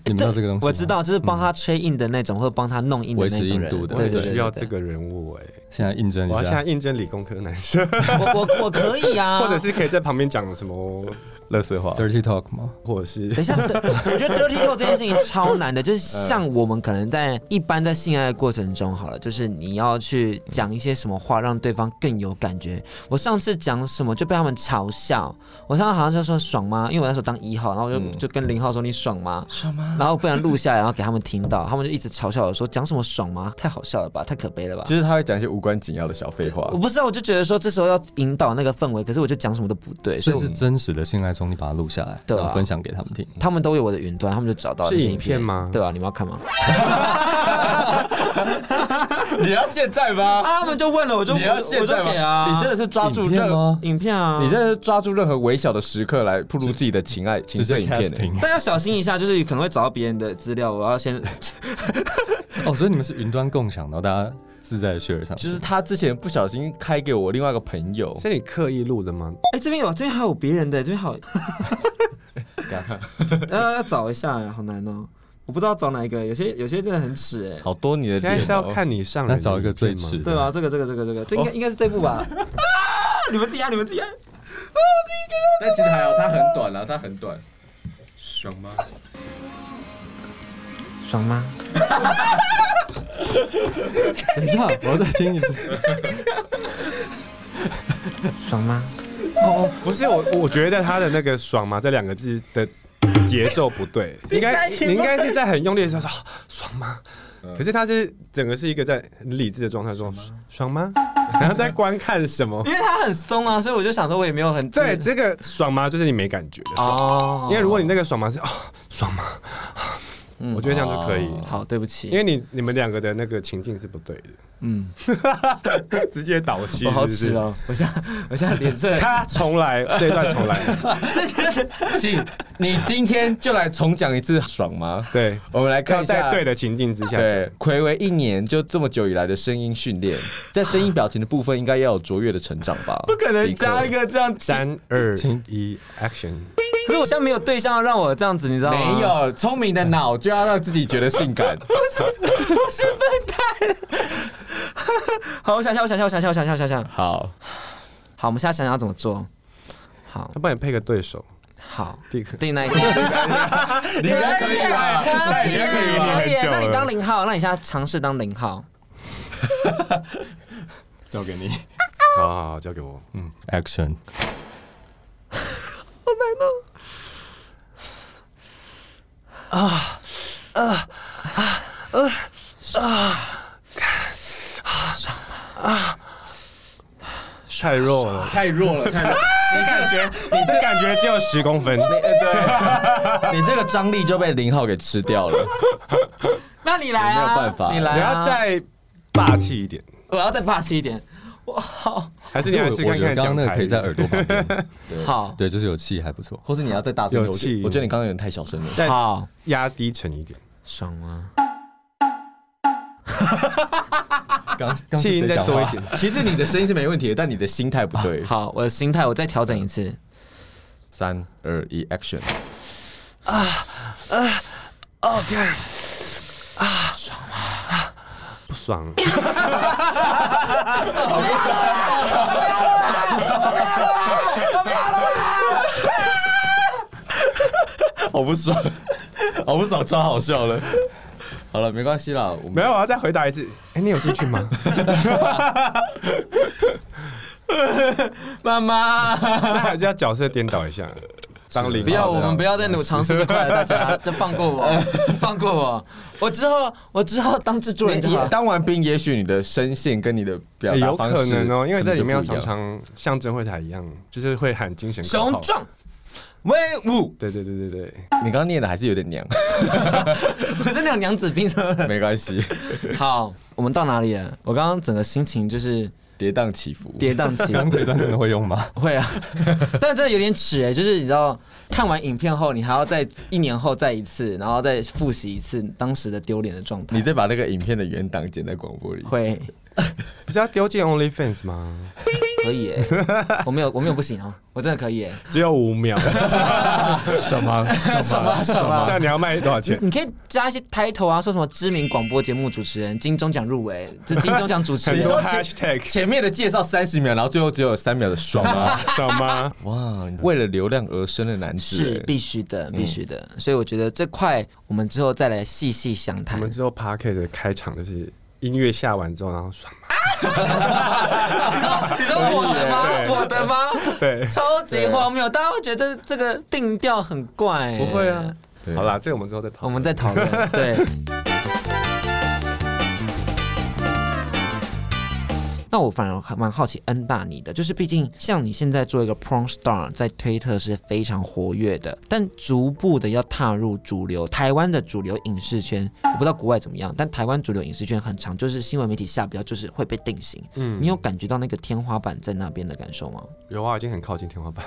[SPEAKER 1] 你们知道这个东西吗嗯
[SPEAKER 2] 我知。道，就是帮他吹硬的那种，或者帮他弄硬的
[SPEAKER 1] 维持
[SPEAKER 2] 那种
[SPEAKER 1] 硬
[SPEAKER 2] 人，
[SPEAKER 1] 度的
[SPEAKER 2] 对
[SPEAKER 4] 我
[SPEAKER 2] 对
[SPEAKER 4] 也
[SPEAKER 2] 对，
[SPEAKER 4] 需要
[SPEAKER 2] 对
[SPEAKER 4] 这个人物哎、
[SPEAKER 1] 现在印证
[SPEAKER 4] 我要
[SPEAKER 1] 一
[SPEAKER 4] 现在
[SPEAKER 1] 下，
[SPEAKER 4] 应征理工科男生，
[SPEAKER 2] 我我我可以 啊，
[SPEAKER 4] 或者是可以在旁边讲什么，
[SPEAKER 3] 乐色话
[SPEAKER 1] dirty talk 吗？
[SPEAKER 4] 或者是
[SPEAKER 2] 等一下，等我觉得 dirty talk 这件事情超难的，就是像我们可能在一般在性爱的过程中好了，就是你要去讲一些什么话让对方更有感觉。我上次讲什么就被他们嘲笑，我上次好像就说爽吗？因为我那时候当一号，然后我就、就跟零号说你爽吗？
[SPEAKER 3] 爽吗？
[SPEAKER 2] 然后不然录下来，然后给他们听到，他们就一直嘲笑我说讲什么爽吗？太好笑了吧，太可悲了吧。
[SPEAKER 3] 就是他会讲一些无关紧要的小废话
[SPEAKER 2] 我。不知道，我就觉得说这时候要引导那个氛围，可是我就讲什么都不对，所
[SPEAKER 1] 所
[SPEAKER 2] 以
[SPEAKER 1] 以
[SPEAKER 2] 我
[SPEAKER 1] 是真实的性爱中，你把它录下来，
[SPEAKER 2] 对啊
[SPEAKER 1] 然后分享给他们听。
[SPEAKER 2] 他们都有我的云端，他们就找到了
[SPEAKER 4] 是
[SPEAKER 2] 这些
[SPEAKER 4] 影片吗
[SPEAKER 2] 对啊，你们要看吗？
[SPEAKER 3] 你要现在吗？
[SPEAKER 2] 啊，他们就问了，我就
[SPEAKER 3] 你要
[SPEAKER 2] 我
[SPEAKER 3] 现
[SPEAKER 2] 我就
[SPEAKER 3] 在
[SPEAKER 2] 给
[SPEAKER 3] 吗？
[SPEAKER 2] 啊，
[SPEAKER 3] 你真的是抓住
[SPEAKER 1] 影片
[SPEAKER 3] 任何，
[SPEAKER 1] 吗？
[SPEAKER 2] 影片啊，
[SPEAKER 3] 你真的是抓住任何微小的时刻来铺露自己的情爱情
[SPEAKER 1] 直
[SPEAKER 3] 色
[SPEAKER 1] 接
[SPEAKER 3] 影片欸。
[SPEAKER 1] casting
[SPEAKER 2] 但要小心一下，就是可能会找到别人的资料，我要 先
[SPEAKER 1] 哦，所以你们是云端共享，然后大家自在 share 上。
[SPEAKER 3] 就是 他之前不小心开给我另外一个朋友，
[SPEAKER 4] 是你刻意录的吗？
[SPEAKER 2] 哎、这边有，这边还 有别人的，这边还有，呃，要找一下，好难哦。我不知道找哪一个，有些有些真的很耻哎、
[SPEAKER 3] 好多你的
[SPEAKER 4] 现在
[SPEAKER 3] 脸
[SPEAKER 4] 是要
[SPEAKER 3] 哦
[SPEAKER 4] 看你上
[SPEAKER 1] 那
[SPEAKER 4] 人
[SPEAKER 1] 找一个
[SPEAKER 4] 的
[SPEAKER 1] 最
[SPEAKER 4] 影片吗
[SPEAKER 1] 迟
[SPEAKER 2] 对吧？啊这个这个这个这个，这应该、应该是这部吧？啊！你们自己按，你们自己按。
[SPEAKER 3] 但其实还好，它很短了，它很短。
[SPEAKER 5] 爽吗？
[SPEAKER 2] 爽吗？
[SPEAKER 1] 等一下，我要再听一次。
[SPEAKER 2] 爽吗？？
[SPEAKER 4] 不是我，我觉得他的那个“爽”嘛，这两个字的节奏不对，应该你应该是在很用力的时候说啊“爽吗”，可是他是整个是一个在很理智的状态说“嗯爽吗”， 然后在观看什么
[SPEAKER 2] 因为它很松啊，所以我就想说，我也没有很
[SPEAKER 4] 对，这个“爽吗”就是你没感觉的，
[SPEAKER 2] 哦
[SPEAKER 4] 因为如果你那个“爽吗”是哦“爽吗”，
[SPEAKER 2] 嗯
[SPEAKER 4] 我觉得这样就可以，
[SPEAKER 2] 好，对不起，
[SPEAKER 4] 因为你你们两个的那个情境是不对的，
[SPEAKER 2] 嗯，
[SPEAKER 4] 直接倒戏，
[SPEAKER 2] 我好
[SPEAKER 4] 是
[SPEAKER 2] 耻
[SPEAKER 4] 不是。
[SPEAKER 2] 哦，我现在我现在脸色，
[SPEAKER 4] 他重来这一段 重来，
[SPEAKER 2] 这是
[SPEAKER 3] 信，你今天就来重讲一次，爽吗？
[SPEAKER 4] 对，
[SPEAKER 3] 我们来看
[SPEAKER 4] 要
[SPEAKER 3] 一下，
[SPEAKER 4] 在对的情境之下讲
[SPEAKER 3] 对，暌违一年就这么久以来的声音训练，在声音表情的部分应该要有卓越的成长吧？
[SPEAKER 2] 不可能加一
[SPEAKER 3] 个，
[SPEAKER 2] 个这样。
[SPEAKER 4] 三二一，action！
[SPEAKER 2] 可是我现在没有对象让我这样子，你知道吗？
[SPEAKER 3] 没，有聪明的脑就要让自己觉得性感。
[SPEAKER 2] 我是笨蛋。好，我想想，我想想，我想想，我想想，我想想。
[SPEAKER 3] 好，
[SPEAKER 2] 好，我们现在想想要怎么做。好
[SPEAKER 4] 他帮你配个对手，
[SPEAKER 2] 好，
[SPEAKER 4] 第可
[SPEAKER 2] 定那一个。
[SPEAKER 3] 你应该可以吧？
[SPEAKER 2] 可
[SPEAKER 4] 以可以
[SPEAKER 2] 可以啊
[SPEAKER 4] 很
[SPEAKER 2] 那
[SPEAKER 4] 久了
[SPEAKER 2] 你当零号，那你现在尝试当零号。
[SPEAKER 1] 交给你嗯
[SPEAKER 4] 好好好，交给我。
[SPEAKER 1] ，Action！
[SPEAKER 4] 太弱了，
[SPEAKER 3] 太弱了，太弱了。
[SPEAKER 4] 你感觉你这感觉只有十公分，
[SPEAKER 3] 哎呃对，你 这个张力就被零号给吃掉了，
[SPEAKER 2] 那你来
[SPEAKER 3] 没有
[SPEAKER 2] 啊，
[SPEAKER 3] 办法
[SPEAKER 2] 你来、啊。
[SPEAKER 4] 你要，再霸气一点，
[SPEAKER 2] 我要再霸气一点。我好
[SPEAKER 4] 还是你还是
[SPEAKER 1] 我
[SPEAKER 4] 看
[SPEAKER 1] 觉得
[SPEAKER 4] 看
[SPEAKER 1] 刚刚
[SPEAKER 4] 讲
[SPEAKER 1] 那个
[SPEAKER 4] 台
[SPEAKER 1] 可以
[SPEAKER 4] 语
[SPEAKER 1] 在耳朵旁边，
[SPEAKER 2] 好
[SPEAKER 1] 对，就是有气还不错。
[SPEAKER 3] 或是你要再大声一点。
[SPEAKER 4] 有
[SPEAKER 3] 我觉
[SPEAKER 4] 气
[SPEAKER 3] 我觉得你刚刚有点太小声了。
[SPEAKER 4] 再
[SPEAKER 2] 好，
[SPEAKER 4] 压低沉一点，
[SPEAKER 2] 爽吗？
[SPEAKER 1] 刚刚
[SPEAKER 4] 气
[SPEAKER 1] 是
[SPEAKER 4] 音
[SPEAKER 1] 谁
[SPEAKER 4] 再
[SPEAKER 1] 讲
[SPEAKER 4] 多一
[SPEAKER 1] 话？
[SPEAKER 4] 点。
[SPEAKER 3] 其实你的声音是没问题的，但你的心态不对。
[SPEAKER 2] 好，我的心态我再调整一次。
[SPEAKER 3] 三二一，action！
[SPEAKER 4] 不爽， 啊
[SPEAKER 3] 好不爽， 好不爽，超好笑了。好了，没关系啦，我们
[SPEAKER 4] 没有，我要再回答一次。 哎，你有进去吗？
[SPEAKER 2] 妈妈，
[SPEAKER 4] 那还是要角色颠倒一下，当零
[SPEAKER 2] 不要，
[SPEAKER 4] 号
[SPEAKER 2] 我
[SPEAKER 4] 的
[SPEAKER 2] 们不要再努尝试这块了，大 家就放过我，放过我。我之后，我之后当制作人就
[SPEAKER 3] 你
[SPEAKER 2] 好。
[SPEAKER 3] 当完兵，也许你的声线跟你的表
[SPEAKER 4] 哎
[SPEAKER 3] 达
[SPEAKER 4] 有
[SPEAKER 3] 方
[SPEAKER 4] 可
[SPEAKER 3] 式
[SPEAKER 4] 能哦，因为在里面要
[SPEAKER 3] 可能就不一
[SPEAKER 4] 常
[SPEAKER 3] 样
[SPEAKER 4] 常像真会台一样，就是会喊精神口
[SPEAKER 2] 雄
[SPEAKER 4] 号。
[SPEAKER 2] 壮威 武，
[SPEAKER 4] 对对对对对，
[SPEAKER 3] 你刚刚念的还是有点娘，
[SPEAKER 2] 我是那种娘子兵。
[SPEAKER 3] 没关系，
[SPEAKER 2] 好，我们到哪里了？我刚刚整个心情就是
[SPEAKER 3] 跌宕起伏。
[SPEAKER 2] 跌宕起
[SPEAKER 1] 刚
[SPEAKER 2] 伏。
[SPEAKER 1] 这一段真的会 用吗？
[SPEAKER 2] 会啊，但真的有点耻哎、就是你知道，看完影片后，你还要再一年后再一次，然后再复习一次当时的丢脸的状态。
[SPEAKER 3] 你再把那个影片的原档剪在广播里，
[SPEAKER 2] 会
[SPEAKER 4] 不是要丢进 OnlyFans 吗？
[SPEAKER 2] 可以、欸，我没有我没有不行啊，我真的可以、欸。
[SPEAKER 4] 只有五 秒，
[SPEAKER 3] 什么什么什
[SPEAKER 4] 这样你要卖多少 钱？
[SPEAKER 2] 你可以加一些 title 啊，说什么知名广播节目主持人、金钟奖入围，这金钟奖主持
[SPEAKER 4] 很
[SPEAKER 2] 人。
[SPEAKER 4] 多
[SPEAKER 3] 你说
[SPEAKER 4] hashtag
[SPEAKER 3] 前面的介绍三十秒，然后最后只有三秒的爽啊！
[SPEAKER 4] 懂吗？
[SPEAKER 3] 哇，为了流量而生的欸男子，
[SPEAKER 2] 是必须的，必须的。所以我觉得这块我们之后再来细细详
[SPEAKER 4] 我
[SPEAKER 2] 谈
[SPEAKER 4] 们。之后 p a r k e t 的开场就是音乐下完之后，然后爽吗？
[SPEAKER 2] 你说我的
[SPEAKER 4] 对
[SPEAKER 2] 吗？我的吗？
[SPEAKER 4] 对，
[SPEAKER 2] 超级荒谬，大家会觉得这个定调很怪、
[SPEAKER 4] 不会啊。
[SPEAKER 3] 对
[SPEAKER 4] 好啦，这个我们之后再讨
[SPEAKER 2] 我
[SPEAKER 4] 论。
[SPEAKER 2] 们在讨 论。对。那我反而还蛮好奇恩大你的，就是毕竟像你现在做一个 porn star，在推特是非常活跃的，但逐步的要踏入主流台湾的主流影视圈，我不知道国外怎么样，但台湾主流影视圈很长，就是新闻媒体下标就是会被定型。嗯，你有感觉到那个天花板在那边的感受吗？
[SPEAKER 4] 有啊，已经很靠近天花板，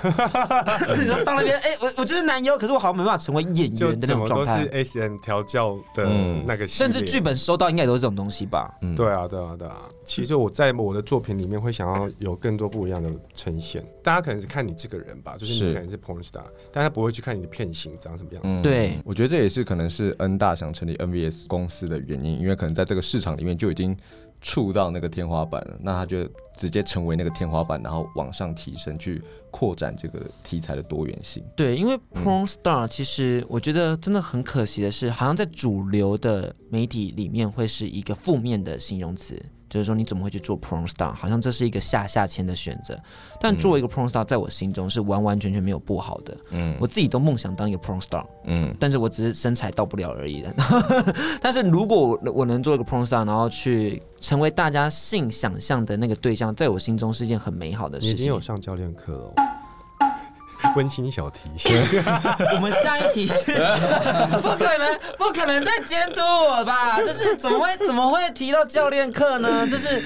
[SPEAKER 2] 你说到那边，哎、我我就是男优，可是我好像没办法成为演
[SPEAKER 4] 就
[SPEAKER 2] 员的那
[SPEAKER 4] 怎
[SPEAKER 2] 种
[SPEAKER 4] 么都
[SPEAKER 2] 状
[SPEAKER 4] 是
[SPEAKER 2] 态。
[SPEAKER 4] S M 调教的
[SPEAKER 3] 嗯
[SPEAKER 4] 那个系列，
[SPEAKER 2] 甚至剧本收到应该也都是这种东西吧？
[SPEAKER 3] 嗯
[SPEAKER 4] 对啊，对啊，对啊。其实我在我的作品里面会想要有更多不一样的呈现。大家可能是看你这个人吧，就是你
[SPEAKER 3] 是
[SPEAKER 4] 可能是 porn star，但他不会去看你的片型长什么样子。
[SPEAKER 3] 嗯
[SPEAKER 2] 对
[SPEAKER 3] 我觉得这也是可能是 N 大想成立 NVS 公司的原因，因为可能在这个市场里面就已经触到那个天花板了，那他就直接成为那个天花板，然后往上提升，去扩展这个题材的多元性。
[SPEAKER 2] 对，因为
[SPEAKER 4] 嗯
[SPEAKER 2] porn star 其实我觉得真的很可惜的是，好像在主流的媒体里面会是一个负面的形容词，就是说你怎么会去做 porn star，好像这是一个下下签的选择。但
[SPEAKER 4] 嗯
[SPEAKER 2] 作为一个 porn star，在我心中是完完全全没有不好的。
[SPEAKER 3] 嗯
[SPEAKER 2] 我自己都梦想当一个 porn star，
[SPEAKER 3] 嗯
[SPEAKER 2] 但是我只是身材到不了而已 的。但是如果我能做一个 porn star，然后去成为大家性想象的那个对象，在我心中是一件很美好的
[SPEAKER 4] 你已
[SPEAKER 2] 事
[SPEAKER 4] 经
[SPEAKER 2] 情
[SPEAKER 4] 有。上教练课了哦、 温馨小提醒。
[SPEAKER 2] 我们下一题是，不可能，不可能再监督我吧？就是怎么会怎么会提到教练课呢？就是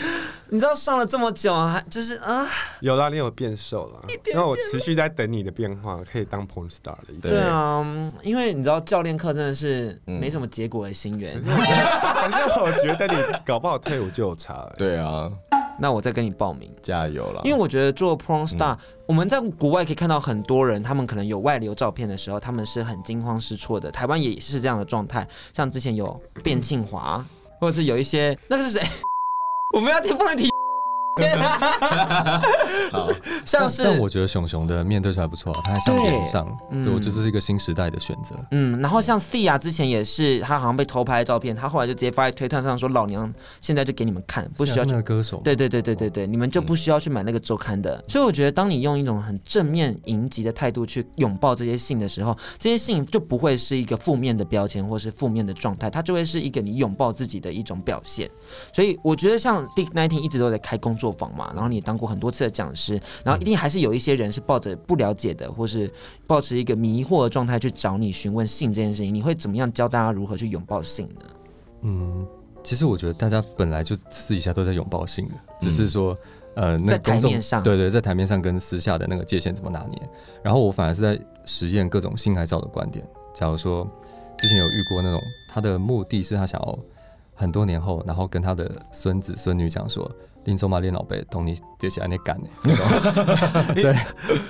[SPEAKER 2] 你知道上了这么久，还就是啊，
[SPEAKER 4] 有啦，你有变瘦了。那我持续在等你的变化，可以当 porn star 的一天。
[SPEAKER 3] 对
[SPEAKER 2] 对啊，嗯因为你知道教练课真的是
[SPEAKER 3] 嗯
[SPEAKER 2] 没什么结果的心源。
[SPEAKER 4] 可是我觉得你搞不好退伍就有差了、
[SPEAKER 3] 对啊，
[SPEAKER 2] 那我再跟你报名。
[SPEAKER 3] 加油
[SPEAKER 1] 啊
[SPEAKER 3] 啦！
[SPEAKER 2] 因为我觉得做
[SPEAKER 1] 嗯
[SPEAKER 2] porn star，、我们在国外可以看到很多人，他们可能有外流照片的时候，他们是很惊慌失措的。台湾也是这样的状态，像之前有卞庆
[SPEAKER 1] 嗯
[SPEAKER 2] 华，或者是有一些那个是谁？ 我们要提不能提
[SPEAKER 3] 好，
[SPEAKER 2] 像
[SPEAKER 1] 但但
[SPEAKER 2] 是
[SPEAKER 1] 我觉得熊熊的面对出来不错、啊，他还上脸上，
[SPEAKER 2] 对
[SPEAKER 1] 对我觉得这是一个新时代的选择。
[SPEAKER 2] 嗯，然后像 C 啊，之前也是他好像被偷拍的照片，他后来就直接发在推特上说：“老娘现在就给你们看，不需要
[SPEAKER 1] 是
[SPEAKER 2] 去
[SPEAKER 1] 那个歌手吗，
[SPEAKER 2] 对对对对对对，你们就不需要去买那个周刊的。所以我觉得，当你用一种很正面迎击的态度去拥抱这些性的时候，这些性就不会是一个负面的标签或是负面的状态，它就会是一个你拥抱自己的一种表现。所以我觉得，像 Dick Nineteen 一直都在开工作坊嘛，然后你也当过很多次的讲师，然后一定还是有一些人是抱着不了解的，或是抱持一个迷惑的状态去找你询问性这件事情，你会怎么样教大家如何去拥抱性呢？
[SPEAKER 1] 嗯，其实我觉得大家本来就私底下都在拥抱性的，只是说，呃，那
[SPEAKER 2] 嗯在
[SPEAKER 1] 个公
[SPEAKER 2] 台
[SPEAKER 1] 众
[SPEAKER 2] 面上
[SPEAKER 1] 对对，在台面上跟私下的那个界限怎么拿捏？然后我反而是在实验各种性爱照的观点。假如说之前有遇过那种，他的目的是他想要很多年后，然后跟他的孙子孙女讲说。林中马练老贝，懂你接下来那干呢？那种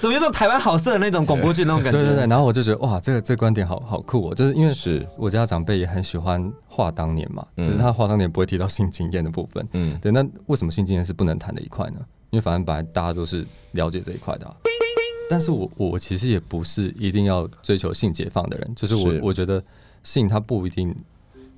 [SPEAKER 2] 怎么有种台湾好色的那种广播剧那种感
[SPEAKER 1] 对
[SPEAKER 2] 觉？
[SPEAKER 1] 对对，然后我就觉得哇，这个这个观点好好酷哦！就是因为
[SPEAKER 3] 是
[SPEAKER 1] 我家长辈也很喜欢话当年嘛，
[SPEAKER 3] 嗯
[SPEAKER 1] 只是他话当年不会提到性经验的部分。
[SPEAKER 3] 嗯
[SPEAKER 1] 对，那为什么性经验是不能谈的一块呢？因为反正本来大家都是了解这一块的啊、但是我我其实也不是一定要追求性解放的人，就是我
[SPEAKER 3] 是
[SPEAKER 1] 我觉得性它不一定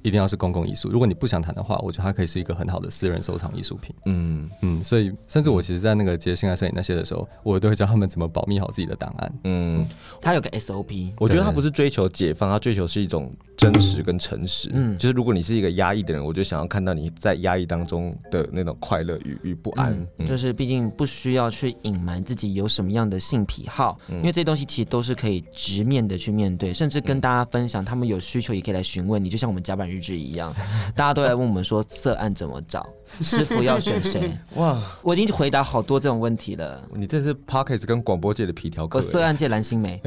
[SPEAKER 1] 一定要是公共艺术，如果你不想谈的话，我觉得它可以是一个很好的私人收藏艺术品。
[SPEAKER 3] 嗯
[SPEAKER 1] 嗯，所以甚至我其实，在那个接性爱摄影那些的时候，我都会教他们怎么保密好自己的档案。
[SPEAKER 3] 嗯，
[SPEAKER 2] 它有个 SOP。
[SPEAKER 3] 我觉得他不是追求解放，他追求是一种真实跟诚实。
[SPEAKER 2] 嗯
[SPEAKER 3] 嗯，就是如果你是一个压抑的人，我就想要看到你在压抑当中的那种快乐与与不安。嗯
[SPEAKER 2] 就是毕竟不需要去隐瞒自己有什么样的性癖好，
[SPEAKER 3] 嗯
[SPEAKER 2] 因为这些东西其实都是可以直面的去面对，甚至跟
[SPEAKER 3] 嗯
[SPEAKER 2] 大家分享，他们有需求也可以来询问你，就像我们甲板日志一样， 大家都来问我们说色案怎么找，师傅要选谁，
[SPEAKER 3] 哇，
[SPEAKER 2] 我已经回答好多这种问题了。
[SPEAKER 3] 你这是 Pockets 跟广播界的皮条客
[SPEAKER 2] 我色
[SPEAKER 3] 欸。
[SPEAKER 2] 案界蓝心湄，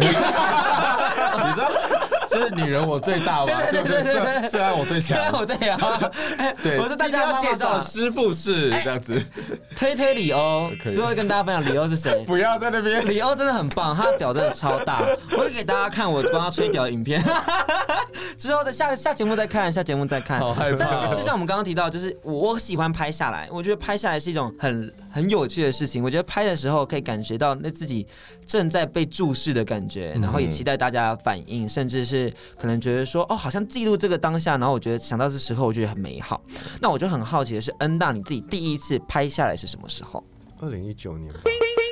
[SPEAKER 3] 你知道， 这是女人我最大嘛， 对 不对？虽虽然啊我最强，
[SPEAKER 2] 我这样，
[SPEAKER 3] 对，
[SPEAKER 2] 我是大家
[SPEAKER 3] 今天
[SPEAKER 2] 妈妈啊哎
[SPEAKER 3] 要介绍
[SPEAKER 2] 吧
[SPEAKER 3] 师傅是这样子，
[SPEAKER 2] 推推李欧
[SPEAKER 3] 可，以
[SPEAKER 2] 最后跟大家分享李欧是 谁。
[SPEAKER 3] 不要在那边。
[SPEAKER 2] 李欧真的很棒，他屌真的超大， 我就给大家看我帮他吹屌的影片， 之后的下下节目再看，下节目再看。
[SPEAKER 3] 好害怕
[SPEAKER 2] 但
[SPEAKER 3] 哦
[SPEAKER 2] 是就像我们刚刚提到，就是我我喜欢拍下来，我觉得拍下来是一种很很有趣的事情。我觉得拍的时候可以感觉到那自己正在被注视的感觉，
[SPEAKER 3] 嗯
[SPEAKER 2] 然后也期待大家的反应，甚至是可能觉得说哦，好像记录这个当下，然后我觉得想到这时候，我觉得很美好。那我就很好奇的是，N 大你自己第一次拍下来是什么时候？
[SPEAKER 4] 二零一九年吧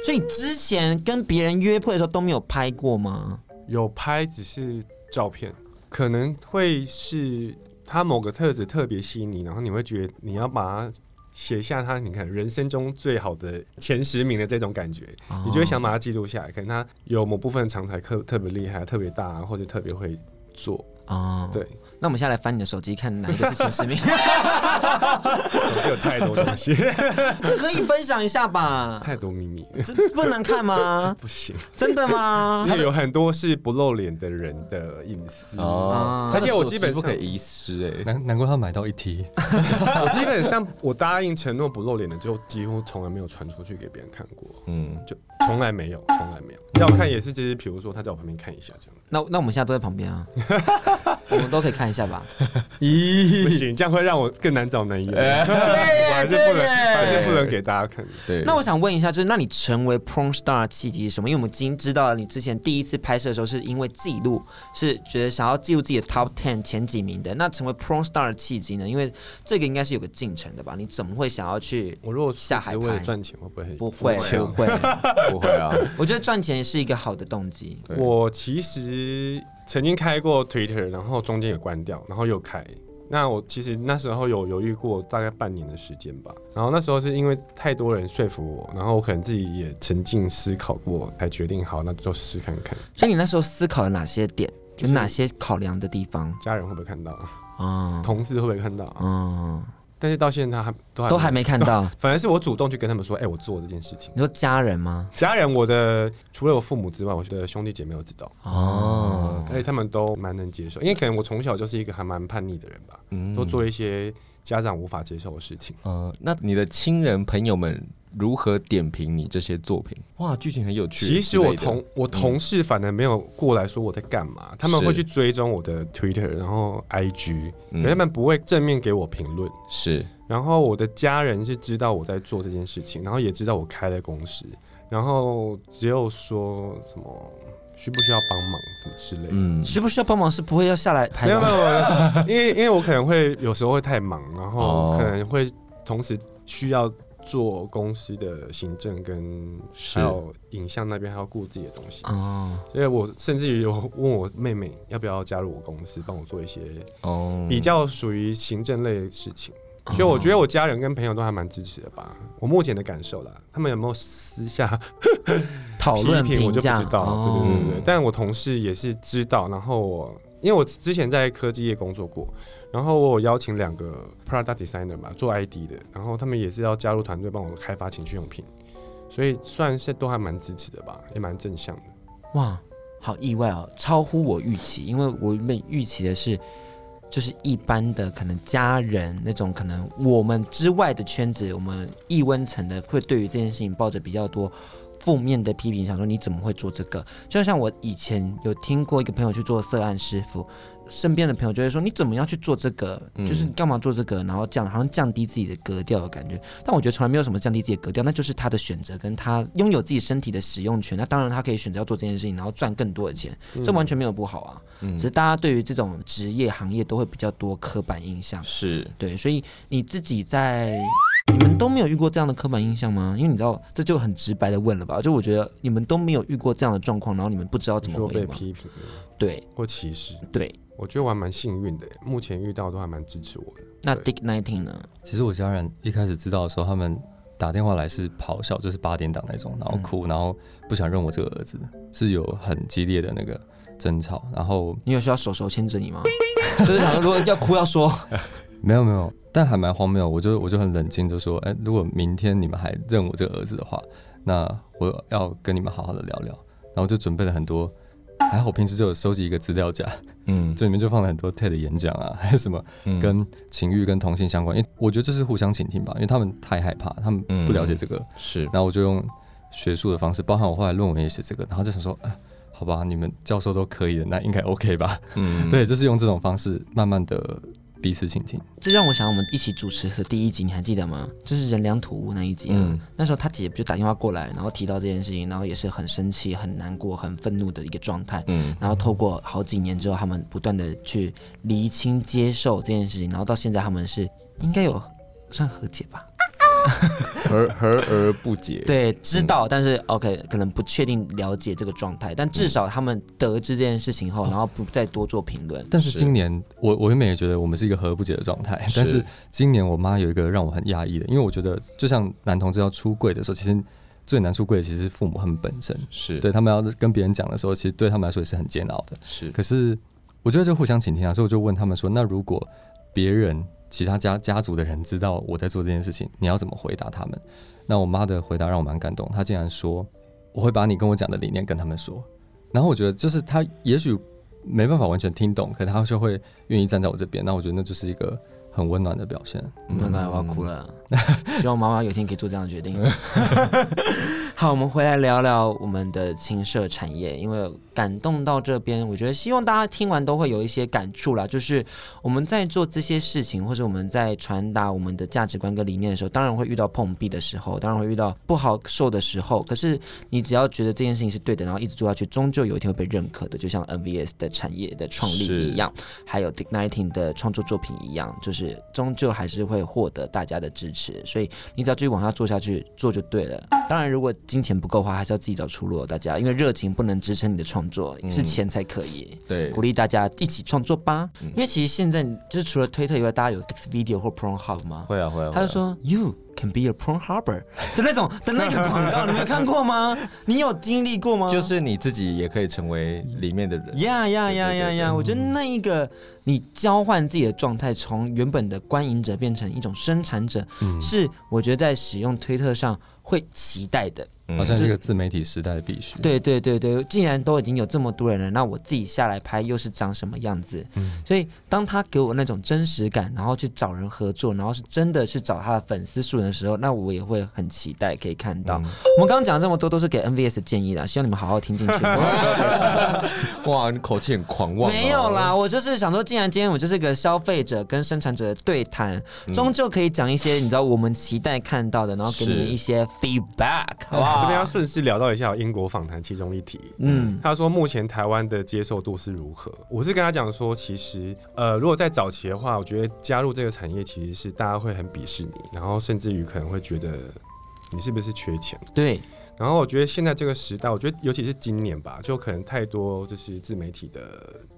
[SPEAKER 2] 所以你之前跟别人约会的时候都没有拍过吗？
[SPEAKER 4] 有拍，只是照片，可能会是他某个特质特别吸引你，然后你会觉得你要把它写下他，你看人生中最好的前十名的这种感觉，你就会想把它记录下来。可能他有某部分的长才特特别厉害，特别大啊，或者特别会做。
[SPEAKER 2] 哦，
[SPEAKER 4] 对，
[SPEAKER 2] 那我们现在来翻你的手机，看哪一个是前十名。
[SPEAKER 4] 手机有太多东西，
[SPEAKER 2] 这可以分享一下吧？
[SPEAKER 4] 太多秘密，
[SPEAKER 2] 这不能看吗？
[SPEAKER 4] 不行。
[SPEAKER 2] 真的吗？
[SPEAKER 4] 他有很多是不露脸的人的隐私。
[SPEAKER 3] 哦，
[SPEAKER 2] 而
[SPEAKER 3] 而
[SPEAKER 2] 且
[SPEAKER 3] 且
[SPEAKER 4] 我
[SPEAKER 3] 我
[SPEAKER 4] 基
[SPEAKER 3] 基本
[SPEAKER 4] 本
[SPEAKER 3] 不
[SPEAKER 4] 上
[SPEAKER 3] 可以遗失哎、
[SPEAKER 1] 难难怪他买到一 T，
[SPEAKER 4] 我基本上我答应承诺不露脸的，就几乎从来没有传出去给别人看过，
[SPEAKER 3] 嗯，
[SPEAKER 4] 就从来没有，从来没有。要看也是就是，比如说他在我旁边看一下 这样。
[SPEAKER 2] 那那我们现在都在旁边 啊，我们都可以看一下吧。
[SPEAKER 4] 不
[SPEAKER 3] 咦，
[SPEAKER 4] 行，这样会让我更难找 男友。我还是不能，还是不能给大家看。
[SPEAKER 3] 对，
[SPEAKER 2] 那我想问一下，就是那你成为 porn star 的契机是什么？因为我们已经知道了你之前第一次拍摄的时候是因为记录，是觉得想要记录自己的 top ten 前几名的。那成为 porn star 的契机呢？因为这个应该是有个进程的吧？你怎么会想要去？
[SPEAKER 4] 我如果
[SPEAKER 2] 下海
[SPEAKER 4] 是为了
[SPEAKER 2] 拍
[SPEAKER 4] 赚钱，会不会很
[SPEAKER 2] 不会，
[SPEAKER 4] 肤浅
[SPEAKER 2] 不会。
[SPEAKER 3] 不会 啊，
[SPEAKER 2] 我觉得赚钱是一个好的动机。
[SPEAKER 3] 对
[SPEAKER 4] 我其实曾经开过 Twitter，然后中间也关掉，然后又开。那我其实那时候有犹豫过大概半年的时间吧，然后那时候是因为太多人说服我，然后我可能自己也沉浸思考过，才决定好那就试看看，
[SPEAKER 2] 所以你那时候思考了哪些点？有
[SPEAKER 4] 是
[SPEAKER 2] 哪些考量的地方
[SPEAKER 4] 家人会不会看到，
[SPEAKER 2] 啊？
[SPEAKER 4] 同事会不会看到，
[SPEAKER 2] 嗯，
[SPEAKER 4] 但是到现在还都还
[SPEAKER 2] 都还，没看 到。
[SPEAKER 4] 反而是我主动去跟他们说，哎、我做这件事情，
[SPEAKER 2] 你说家人吗？
[SPEAKER 4] 家人我的除了我父母之外，我的兄弟姐妹都知道，
[SPEAKER 3] 嗯
[SPEAKER 4] 哎
[SPEAKER 2] 哦，
[SPEAKER 4] 而且他们都蛮能接受，因为可能我从小就是一个还蛮叛逆的人吧，
[SPEAKER 3] 嗯
[SPEAKER 4] 都做一些家长无法接受的事情。
[SPEAKER 3] 呃，那你的亲人朋友们如何点评你这些作品？哇，剧情很有趣之类
[SPEAKER 4] 其
[SPEAKER 3] 的。
[SPEAKER 4] 实我同我同事反而没有过来说我在干嘛，他们
[SPEAKER 3] 是
[SPEAKER 4] 会去追踪我的 Twitter，然后 IG，可
[SPEAKER 3] 嗯
[SPEAKER 4] 是他们不会正面给我评论。
[SPEAKER 3] 是
[SPEAKER 4] 然后我的家人是知道我在做这件事情，然后也知道我开了公司，然后只有说什么需不需要帮忙什么之类的。
[SPEAKER 3] 嗯
[SPEAKER 2] 需不需要帮忙是不会要下来拍
[SPEAKER 4] 没有没
[SPEAKER 2] 吗？
[SPEAKER 4] 有，没有因为因为我可能会有时候会太忙，然后
[SPEAKER 3] 哦
[SPEAKER 4] 可能会同时需要做公司的行政跟
[SPEAKER 3] 是
[SPEAKER 4] 还有影像那边还要顾自己的东西，
[SPEAKER 2] 哦，
[SPEAKER 4] 所以我甚至于有问我妹妹要不要加入我公司，帮我做一些
[SPEAKER 3] 哦
[SPEAKER 4] 比较属于行政类的事情。所以
[SPEAKER 2] 哦
[SPEAKER 4] 我觉得我家人跟朋友都还蛮支持的吧，我目前的感受啦。他们有没有私下
[SPEAKER 2] 讨论
[SPEAKER 4] 批评我
[SPEAKER 2] 评
[SPEAKER 4] 就不
[SPEAKER 2] 价，
[SPEAKER 4] 知道，
[SPEAKER 2] 哦
[SPEAKER 4] 对对对对。
[SPEAKER 3] 嗯
[SPEAKER 4] 但我同事也是知道，然后我因为我之前在科技业工作过，然后我有邀请两个 product designer 吧，做 ID 的，然后他们也是要加入团队帮我开发情趣用品，所以算是都还蛮支持的吧，也蛮正向的。
[SPEAKER 2] 哇，好意外哦，超乎我预期，因为我原本预期的是，就是一般的可能家人那种可能我们之外的圈子，我们异温层的会对于这件事情抱着比较多。负面的批评，想说你怎么会做这个？就像我以前有听过一个朋友去做色案师傅，身边的朋友就会说你怎么要去做这个？
[SPEAKER 3] 嗯
[SPEAKER 2] 就是你干嘛做这个？然后这样好像降低自己的格调的感觉。但我觉得从来没有什么降低自己的格调，那就是他的选择跟他拥有自己身体的使用权。那当然他可以选择要做这件事情，然后赚更多的钱，这完全没有不好啊。
[SPEAKER 3] 嗯
[SPEAKER 2] 只是大家对于这种职业行业都会比较多刻板印象。
[SPEAKER 3] 是
[SPEAKER 2] 对，所以你自己在。你们都没有遇过这样的刻板印象吗？因为你知道，这就很直白的问了吧？就我觉得你们都没有遇过这样的状况，然后你们不知道怎么
[SPEAKER 4] 说
[SPEAKER 2] 回
[SPEAKER 4] 被
[SPEAKER 2] 应吗？
[SPEAKER 4] 批评的
[SPEAKER 2] 对
[SPEAKER 4] 或歧视，
[SPEAKER 2] 对，
[SPEAKER 4] 我觉得我还蛮幸运的，目前遇到都还蛮支持我的。
[SPEAKER 2] 那
[SPEAKER 4] 对
[SPEAKER 2] Dick Nineteen 呢？
[SPEAKER 1] 其实我家人一开始知道的时候，他们打电话来是咆哮，就是八点档那种，然后哭，然后不想认我这个儿子，是有很激烈的那个争吵。然后
[SPEAKER 2] 你有需要手手牵着你吗？ 就是想说，如果要哭要说，
[SPEAKER 1] 没有没有，但还蛮荒谬，我就我就很冷静，就说，哎、如果明天你们还认我这个儿子的话，那我要跟你们好好的聊聊。然后就准备了很多，还好我平时就有收集一个资料夹，
[SPEAKER 3] 嗯
[SPEAKER 1] 这里面就放了很多 TED 演讲啊，还有什么
[SPEAKER 3] 嗯
[SPEAKER 1] 跟情欲跟同性相关，因为我觉得这是互相倾听吧，因为他们太害怕，他们不了解这个，
[SPEAKER 3] 是
[SPEAKER 1] 然后我就用学术的方式，包含我后来论文也写这个，然后就想说，啊，好吧，你们教授都可以的，那应该 OK 吧？
[SPEAKER 3] 嗯
[SPEAKER 1] 对，就是用这种方式慢慢的彼此倾听。
[SPEAKER 2] 这让我想到我们一起主持的第一集，你还记得吗？就是人粮土屋那一集、啊。
[SPEAKER 3] 嗯
[SPEAKER 2] 那时候他姐就打电话过来，然后提到这件事情，然后也是很生气、很难过、很愤怒的一个状态。
[SPEAKER 3] 嗯
[SPEAKER 2] 然后透过好几年之后，他们不断的去厘清、接受这件事情，然后到现在他们是应该有算和解吧？
[SPEAKER 3] 和和而不解
[SPEAKER 2] 对，知道，但是 OK，可能不确定了解这个状态，但至少他们得知这件事情后，然后不再多做评论。
[SPEAKER 1] 但是
[SPEAKER 3] 是
[SPEAKER 1] 今年我我原本也觉得我们是一个和而不解的状态，
[SPEAKER 3] 是
[SPEAKER 1] 但是今年我妈有一个让我很讶异的，因为我觉得就像男同志要出柜的时候，其实最难出柜的其实是父母他们本身，
[SPEAKER 3] 是
[SPEAKER 1] 对他们要跟别人讲的时候，其实对他们来说也是很煎熬的。
[SPEAKER 3] 是
[SPEAKER 1] 可是我觉得就互相倾听啊，所以我就问他们说，那如果别人其他家家族的人知道我在做这件事情，你要怎么回答他们？那我妈的回答让我蛮感动，她竟然说我会把你跟我讲的理念跟他们说。然后我觉得就是她也许没办法完全听懂，可她就会愿意站在我这边。那我觉得那就是一个很温暖的表现。
[SPEAKER 2] 明白，我要哭了。 希望妈妈有一天可以做这样的决定。 好，我们回来聊聊我们的青社产业，因为感动到这边，我觉得希望大家听完都会有一些感触啦。就是我们在做这些事情，或者我们在传达我们的价值观跟理念的时候，当然会遇到碰壁的时候，当然会遇到不好受的时候。可是你只要觉得这件事情是对的，然后一直做下去，终究有一天会被认可的。就像 NVS 的产业的创立
[SPEAKER 3] 是
[SPEAKER 2] 一样，还有 Digniting 的创作作品一样，就是终究还是会获得大家的支持。所以你只要继续往下做下去，做就对了。当然，如果金钱不够的话，还是要自己找出路哦。大家，因为热情不能支撑你的创作，是钱才可以。
[SPEAKER 3] 对，
[SPEAKER 2] 鼓励大家一起创作吧，
[SPEAKER 3] 嗯
[SPEAKER 2] 因为其实现在就是除了推特以外，大家有 X Video 或 Pornhub 吗？
[SPEAKER 3] 会啊会啊，
[SPEAKER 2] 他
[SPEAKER 3] 会啊
[SPEAKER 2] 就说 You can be a porn harbor 的那种的那个广告，你有看过 吗？你有经历过吗？
[SPEAKER 3] 就是你自己也可以成为里面的人。
[SPEAKER 2] 呀呀呀
[SPEAKER 3] 对
[SPEAKER 2] 呀
[SPEAKER 3] 对
[SPEAKER 2] 呀！我觉得那一个你交换自己的状态，从原本的观影者变成一种生产者，是我觉得在使用推特上会期待的。
[SPEAKER 3] 嗯
[SPEAKER 1] 好像是一个自媒体时代的必须。，
[SPEAKER 2] 对对对对，既然都已经有这么多人了，那我自己下来拍又是长什么样子？
[SPEAKER 3] 嗯
[SPEAKER 2] 所以当他给我那种真实感，然后去找人合作，然后是真的去找他的粉丝数的时候，那我也会很期待可以看到。
[SPEAKER 3] 嗯
[SPEAKER 2] 我们刚刚讲了这么多，都是给 NVS 的建议啦，希望你们好好听进 去。
[SPEAKER 3] 哇，你口气很狂妄、哦
[SPEAKER 2] 没有，啦，我就是想说，既然今天我就是个消费者跟生产者的对谈，
[SPEAKER 3] 嗯
[SPEAKER 2] 终究可以讲一些你知道我们期待看到的，然后给你们
[SPEAKER 3] 是
[SPEAKER 2] 一些 feedback，好不
[SPEAKER 4] 这边要
[SPEAKER 2] 好？
[SPEAKER 4] 顺势聊到一下英国访谈其中一题。
[SPEAKER 2] 嗯，
[SPEAKER 4] 他说目前台湾的接受度是如何？我是跟他讲说，其实呃，如果在早期的话，我觉得加入这个产业其实是大家会很鄙视你，然后甚至于可能会觉得你是不是缺钱。
[SPEAKER 2] 对，
[SPEAKER 4] 然后我觉得现在这个时代，我觉得尤其是今年吧，就可能太多就是自媒体的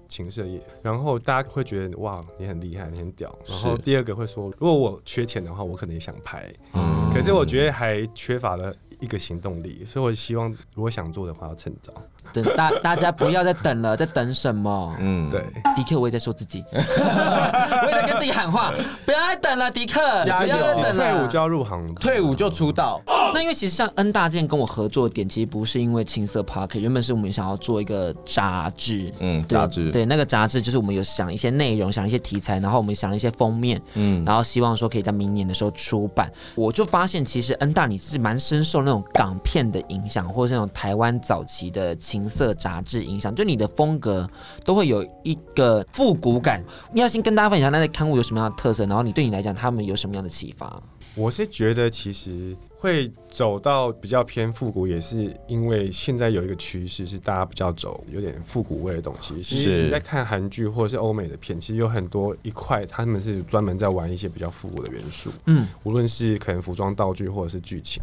[SPEAKER 4] 情色业，然后大家会觉得哇，你很厉害，你很屌。然后
[SPEAKER 3] 是
[SPEAKER 4] 第二个会说，如果我缺钱的话，我可能也想拍，
[SPEAKER 3] 嗯
[SPEAKER 4] 可是我觉得还缺乏了一个行动力，所以我希望如果想做的话，要趁早。
[SPEAKER 2] 等大大家不要再等了，在等什么？
[SPEAKER 3] 嗯
[SPEAKER 4] 对，
[SPEAKER 2] 迪克，我也在说自己， 我也在跟自己喊话，不要再等了，迪克，
[SPEAKER 3] 加
[SPEAKER 2] 不
[SPEAKER 3] 油
[SPEAKER 2] 要再等
[SPEAKER 4] 哦退伍
[SPEAKER 2] 了
[SPEAKER 4] 就。要入行，
[SPEAKER 3] 退伍就出道，
[SPEAKER 2] 那因为其实像恩大之前跟我合作的点，其实不是因为青涩 Park，原本是我们想要做一个杂志，
[SPEAKER 3] 嗯，
[SPEAKER 2] 对
[SPEAKER 3] 杂志，
[SPEAKER 2] 对那个杂志就是我们有想一些内容，想一些题材，然后我们想一些封面，嗯，然后希望说可以在明年的时候出版。我就发现其实恩大你是蛮深受那种港片的影响，或者是那种台湾早期的情色杂志影响，就你的风格都会有一个复古感。你要先跟大家分享那类刊物有什么样的特色，然后你对你来讲他们有什么样的启发？
[SPEAKER 4] 我是觉得其实会走到比较偏复古，也是因为现在有一个趋势是大家比较走有点复古味的东西。其实
[SPEAKER 3] 是
[SPEAKER 4] 你在看韩剧或者是欧美的片，其实有很多一块他们是专门在玩一些比较复古的元素，
[SPEAKER 2] 嗯，
[SPEAKER 4] 无论是可能服装、道具或者是剧情。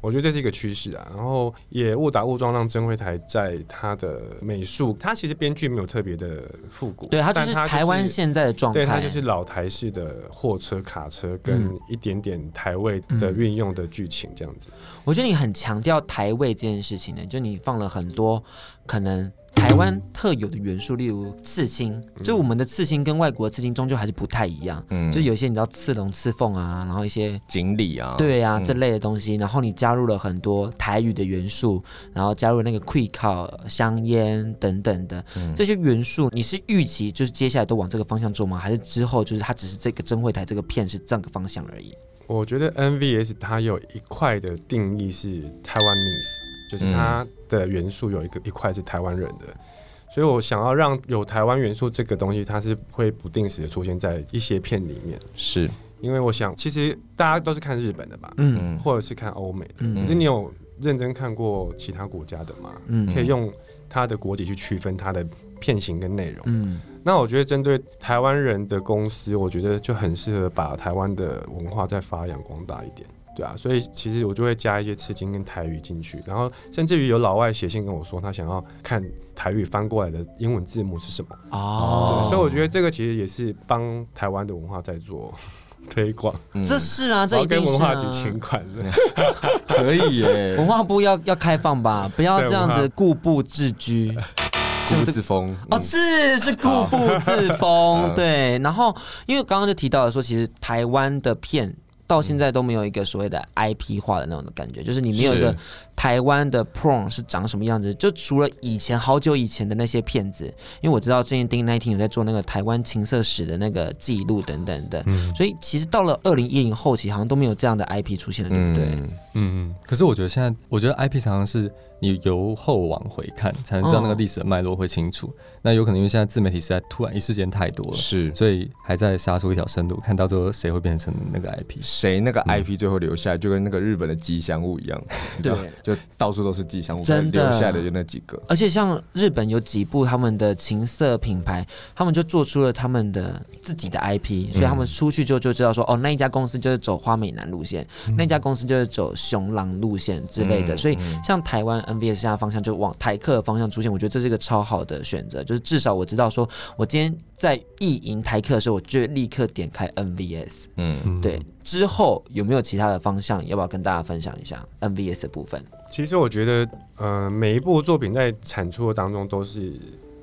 [SPEAKER 4] 我觉得这是一个趋势啊，然后也误打误撞让曾慧台在他的美术，他其实编剧没有特别的复古，
[SPEAKER 2] 对，它就
[SPEAKER 4] 但
[SPEAKER 2] 是台湾现在的状态，嗯
[SPEAKER 4] 对，它就是老台式的货车、卡车跟一点点台位的运用的剧情这样子。
[SPEAKER 2] 我觉得你很强调台位这件事情呢，就你放了很多可能台湾特有的元素，例如刺青，就我们的刺青跟外国的刺青终究还是不太一样，
[SPEAKER 3] 嗯，
[SPEAKER 2] 就有一些你知道刺龙、刺凤啊，然后一些。
[SPEAKER 3] 锦鲤啊，
[SPEAKER 2] 对啊，这类的东西，然后你加入了很多台语的元素，然后加入那个 quick 烤香烟等等的、这些元素，你是预期就是接下来都往这个方向做吗？还是之后就是它只是这个真会台这个片是这个方向而已？
[SPEAKER 4] 我觉得 NVS 它有一块的定义是台湾 miss，就是它的元素有一个一块是台湾人的。所以我想要让有台湾元素这个东西，它是会不定时的出现在一些片里面，
[SPEAKER 3] 是，
[SPEAKER 4] 因为我想，其实大家都是看日本的吧，
[SPEAKER 2] 嗯
[SPEAKER 3] 嗯，
[SPEAKER 4] 或者是看欧美的，可
[SPEAKER 2] 嗯
[SPEAKER 4] 是你有认真看过其他国家的吗？
[SPEAKER 2] 嗯
[SPEAKER 4] 可以用它的国籍去区分它的片型跟内容。
[SPEAKER 2] 嗯
[SPEAKER 4] 那我觉得针对台湾人的公司，我觉得就很适合把台湾的文化再发扬光大一点。对啊，所以其实我就会加一些刺青跟台语进去，然后甚至于有老外写信跟我说，他想要看台语翻过来的英文字幕是什么。
[SPEAKER 2] 哦
[SPEAKER 4] 对，所以我觉得这个其实也是帮台湾的文化在做 推广，
[SPEAKER 3] 嗯
[SPEAKER 2] 这是啊，这
[SPEAKER 4] 然后
[SPEAKER 2] 一定
[SPEAKER 4] 跟
[SPEAKER 2] 是、啊、
[SPEAKER 4] 文化局请款的。
[SPEAKER 3] 可以耶、
[SPEAKER 2] 文化部要要开放吧，不要这样子固步自居。
[SPEAKER 3] 谷子风
[SPEAKER 2] 哦，是是固步自封，
[SPEAKER 3] 好
[SPEAKER 2] 对。然后因为刚刚就提到了说，其实台湾的片到现在都没有一个所谓的 IP 化的那种的感觉，就是你没有一个
[SPEAKER 3] 是
[SPEAKER 2] 台湾的 prom 是长什么样子，就除了以前好久以前的那些片子，因为我知道最近丁 nineteen 有在做那个台湾情色史的那个记录等等的，
[SPEAKER 3] 嗯
[SPEAKER 2] 所以其实到了二零一零后期，好像都没有这样的 IP 出现了，对不对？
[SPEAKER 3] 嗯
[SPEAKER 1] 嗯，可是我觉得现在，我觉得 IP 常常是你由后往回看，才能知道那个历史的脉络会清楚。那有可能因为现在自媒体时代突然一时间太多了，
[SPEAKER 3] 是
[SPEAKER 1] 所以还在杀出一条生路，看到最后谁会变成那个 IP。
[SPEAKER 3] 谁那个 IP 最后留下来，就跟那个日本的吉祥物一样，
[SPEAKER 2] 对。
[SPEAKER 3] 就到处都是吉祥物，
[SPEAKER 2] 真的
[SPEAKER 3] 留下来的就那几个。
[SPEAKER 2] 而且像日本有几部他们的情色品牌，他们就做出了他们的自己的
[SPEAKER 3] 嗯
[SPEAKER 2] IP，所以他们出去就就知道说，哦，那一家公司就是走花美男路线，那一家公司就是走熊狼路线之类的。
[SPEAKER 3] 嗯
[SPEAKER 2] 所以像台湾 NBS 现在方向就往台客的方向出现，我觉得这是一个超好的选择，就是至少我知道说我今天在意淫台客的时候，我就立刻点开 NVS。
[SPEAKER 3] 嗯，
[SPEAKER 2] 对，之后有没有其他的方向？要不要跟大家分享一下 NVS 的部分？
[SPEAKER 4] 其实我觉得，呃，每一部作品在产出的当中都是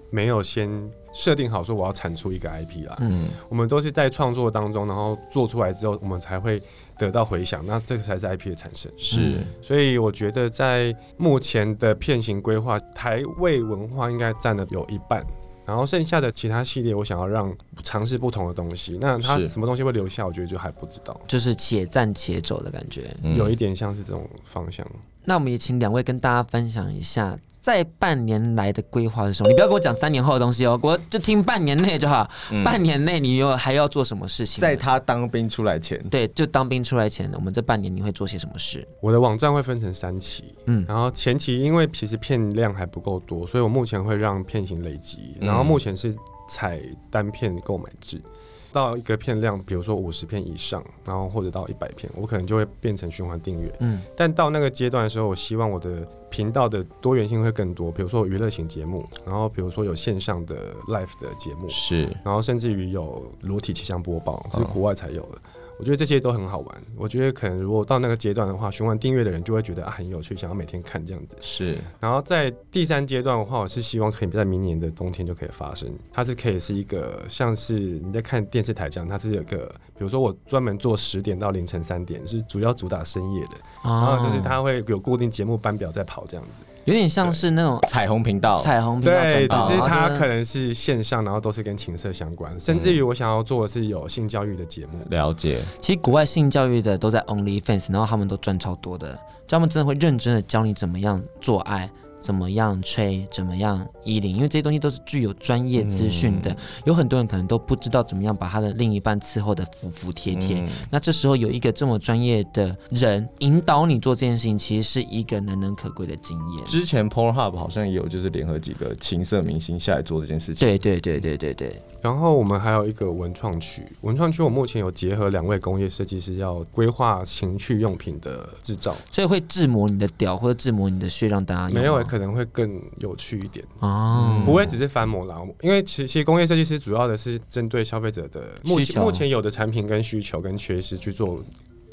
[SPEAKER 4] 没有先设定好说我要产出一个 IP 啦，
[SPEAKER 2] 嗯，
[SPEAKER 4] 我们都是在创作当中，然后做出来之后，我们才会得到回响，那这个才是 IP 的产生。
[SPEAKER 3] 是
[SPEAKER 4] 所以我觉得在目前的片型规划，台味文化应该占了有一半。然后剩下的其他系列，我想要让尝试不同的东西。那它
[SPEAKER 3] 是
[SPEAKER 4] 什么东西会留下，我觉得就还不知道，
[SPEAKER 2] 就是且战且走的感觉。
[SPEAKER 4] 有一
[SPEAKER 3] 一
[SPEAKER 4] 点像是这种方向。
[SPEAKER 2] 那我们也请两位跟大家分享一下，在半年来的规划是什么？你不要跟我讲三年后的东西哦，我就听半年内就好。半年内你有还要做什么事情呢？
[SPEAKER 3] 嗯在他当兵出来前，
[SPEAKER 2] 对，就当兵出来前，我们这半年你会做些什么事？
[SPEAKER 4] 我的网站会分成三期，
[SPEAKER 2] 嗯
[SPEAKER 4] 嗯，然后前期因为其实片量还不够多，所以我目前会让片型累积，
[SPEAKER 3] 嗯
[SPEAKER 4] 然后目前是采单片购买制，到一个片量，比如说五十片以上，然后或者到一百片，我可能就会变成循环订阅。
[SPEAKER 2] 嗯，
[SPEAKER 4] 但到那个阶段的时候，我希望我的频道的多元性会更多，比如说娱乐型节目，然后比如说有线上的 live 的节目，
[SPEAKER 3] 是
[SPEAKER 4] 然后甚至于有裸体气象播报，是国外才有的。我觉得这些都很好玩。我觉得可能如果到那个阶段的话，循环订阅的人就会觉得啊很有趣，想要每天看这样子。
[SPEAKER 3] 是
[SPEAKER 4] 然后在第三阶段的话，我是希望可以在明年的冬天就可以发生。它是可以是一个像是你在看电视台这样，它是有一个，比如说我专门做十点到凌晨三点，是主要主打深夜的，然
[SPEAKER 2] 啊
[SPEAKER 4] 后就是它会有固定节目班表在跑这样子。
[SPEAKER 2] 有点像是那种
[SPEAKER 3] 彩虹频道，
[SPEAKER 2] 彩虹频道
[SPEAKER 4] 对，
[SPEAKER 2] 转
[SPEAKER 4] 只
[SPEAKER 2] 到，啊
[SPEAKER 4] 是它
[SPEAKER 2] 然后就
[SPEAKER 4] 可能是线上，然后都是跟情色相
[SPEAKER 2] 嗯
[SPEAKER 4] 关，甚至于我想要做的是有性教育的节目。
[SPEAKER 3] 了解，
[SPEAKER 2] 其实国外性教育的都在 OnlyFans，然后他们都赚超多的，就他们真的会认真的教你怎么样做爱。怎么样吹，怎么样衣领，因为这些东西都是具有专业资讯的，有很多人可能都不知道怎么样把他的另一半伺候的服服帖帖。
[SPEAKER 3] 嗯
[SPEAKER 2] 那这时候有一个这么专业的人引导你做这件事情，其实是一个难能可贵的经验。
[SPEAKER 3] 之前 Pornhub 好像也有就是联合几个情色明星下来做这件事情，
[SPEAKER 2] 对对对对对对，
[SPEAKER 4] 然后我们还有一个文创区，文创区我目前有结合两位工业设计师要规划情趣用品的制造，
[SPEAKER 2] 所以会治磨你的屌或者治磨你的血，让大家用
[SPEAKER 4] 没有
[SPEAKER 2] 啊吗
[SPEAKER 4] 可能会更有趣一点，
[SPEAKER 2] 哦，
[SPEAKER 4] 不会只是翻模啦。因为其其实工业设计师主要的是针对消费者的目
[SPEAKER 2] 需
[SPEAKER 4] 前
[SPEAKER 2] 求
[SPEAKER 4] 目前有的产品跟需求跟缺失去做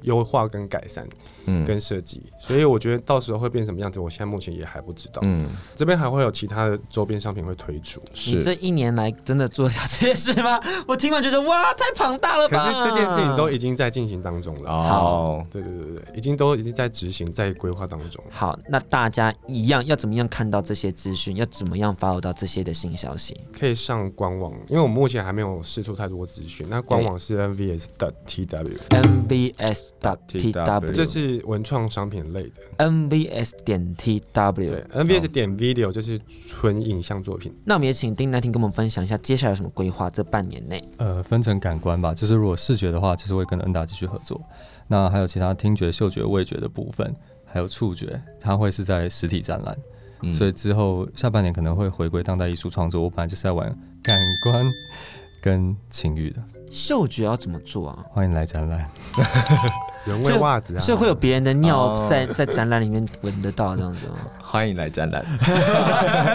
[SPEAKER 4] 优化跟改善
[SPEAKER 3] 嗯
[SPEAKER 4] 跟设计，所以我觉得到时候会变什么样子，我现在目前也还不知道。
[SPEAKER 3] 嗯
[SPEAKER 4] 这边还会有其他的周边商品会推出。
[SPEAKER 2] 你
[SPEAKER 3] 是
[SPEAKER 2] 这一年来真的做了这些事吗？ 我听完就觉得哇，太庞大了
[SPEAKER 4] 可
[SPEAKER 2] 吧！
[SPEAKER 4] 是这件事情都已经在进行当中了。
[SPEAKER 3] 哦，
[SPEAKER 4] 对对对对，已经都已经在执行，在规划当中。
[SPEAKER 2] 好，那大家一样要怎么样看到这些资讯？要怎么样发 w 到这些的新消息？
[SPEAKER 4] 可以上官网，因为我目前还没有试出太多资讯。那官网是 nvs 的 tw，
[SPEAKER 2] nvs t
[SPEAKER 3] TW
[SPEAKER 2] w
[SPEAKER 4] 这是文创商品类的。
[SPEAKER 2] nvs 点 t
[SPEAKER 4] 对
[SPEAKER 2] w。
[SPEAKER 4] ，nvs 点 video 就是纯影像作品。
[SPEAKER 2] 那我们也请丁南婷跟我们分享一下接下来有什么规划？这半年内，
[SPEAKER 1] 呃，分成感官吧，就是如果视觉的话，就是会跟恩达继续合作。那还有其他听觉、嗅觉、味觉的部分，还有触觉，它会是在实体展览。
[SPEAKER 3] 嗯
[SPEAKER 1] 所以之后下半年可能会回归当代艺术创作。我本来就是在玩感官跟情欲的，
[SPEAKER 2] 嗅觉要怎么做啊？
[SPEAKER 1] 欢迎来展览。
[SPEAKER 4] 原味袜子啊，
[SPEAKER 2] 所以会有别人的尿
[SPEAKER 3] 哦
[SPEAKER 2] 在 在展览里面闻得到这样子吗？
[SPEAKER 3] 欢迎来展览。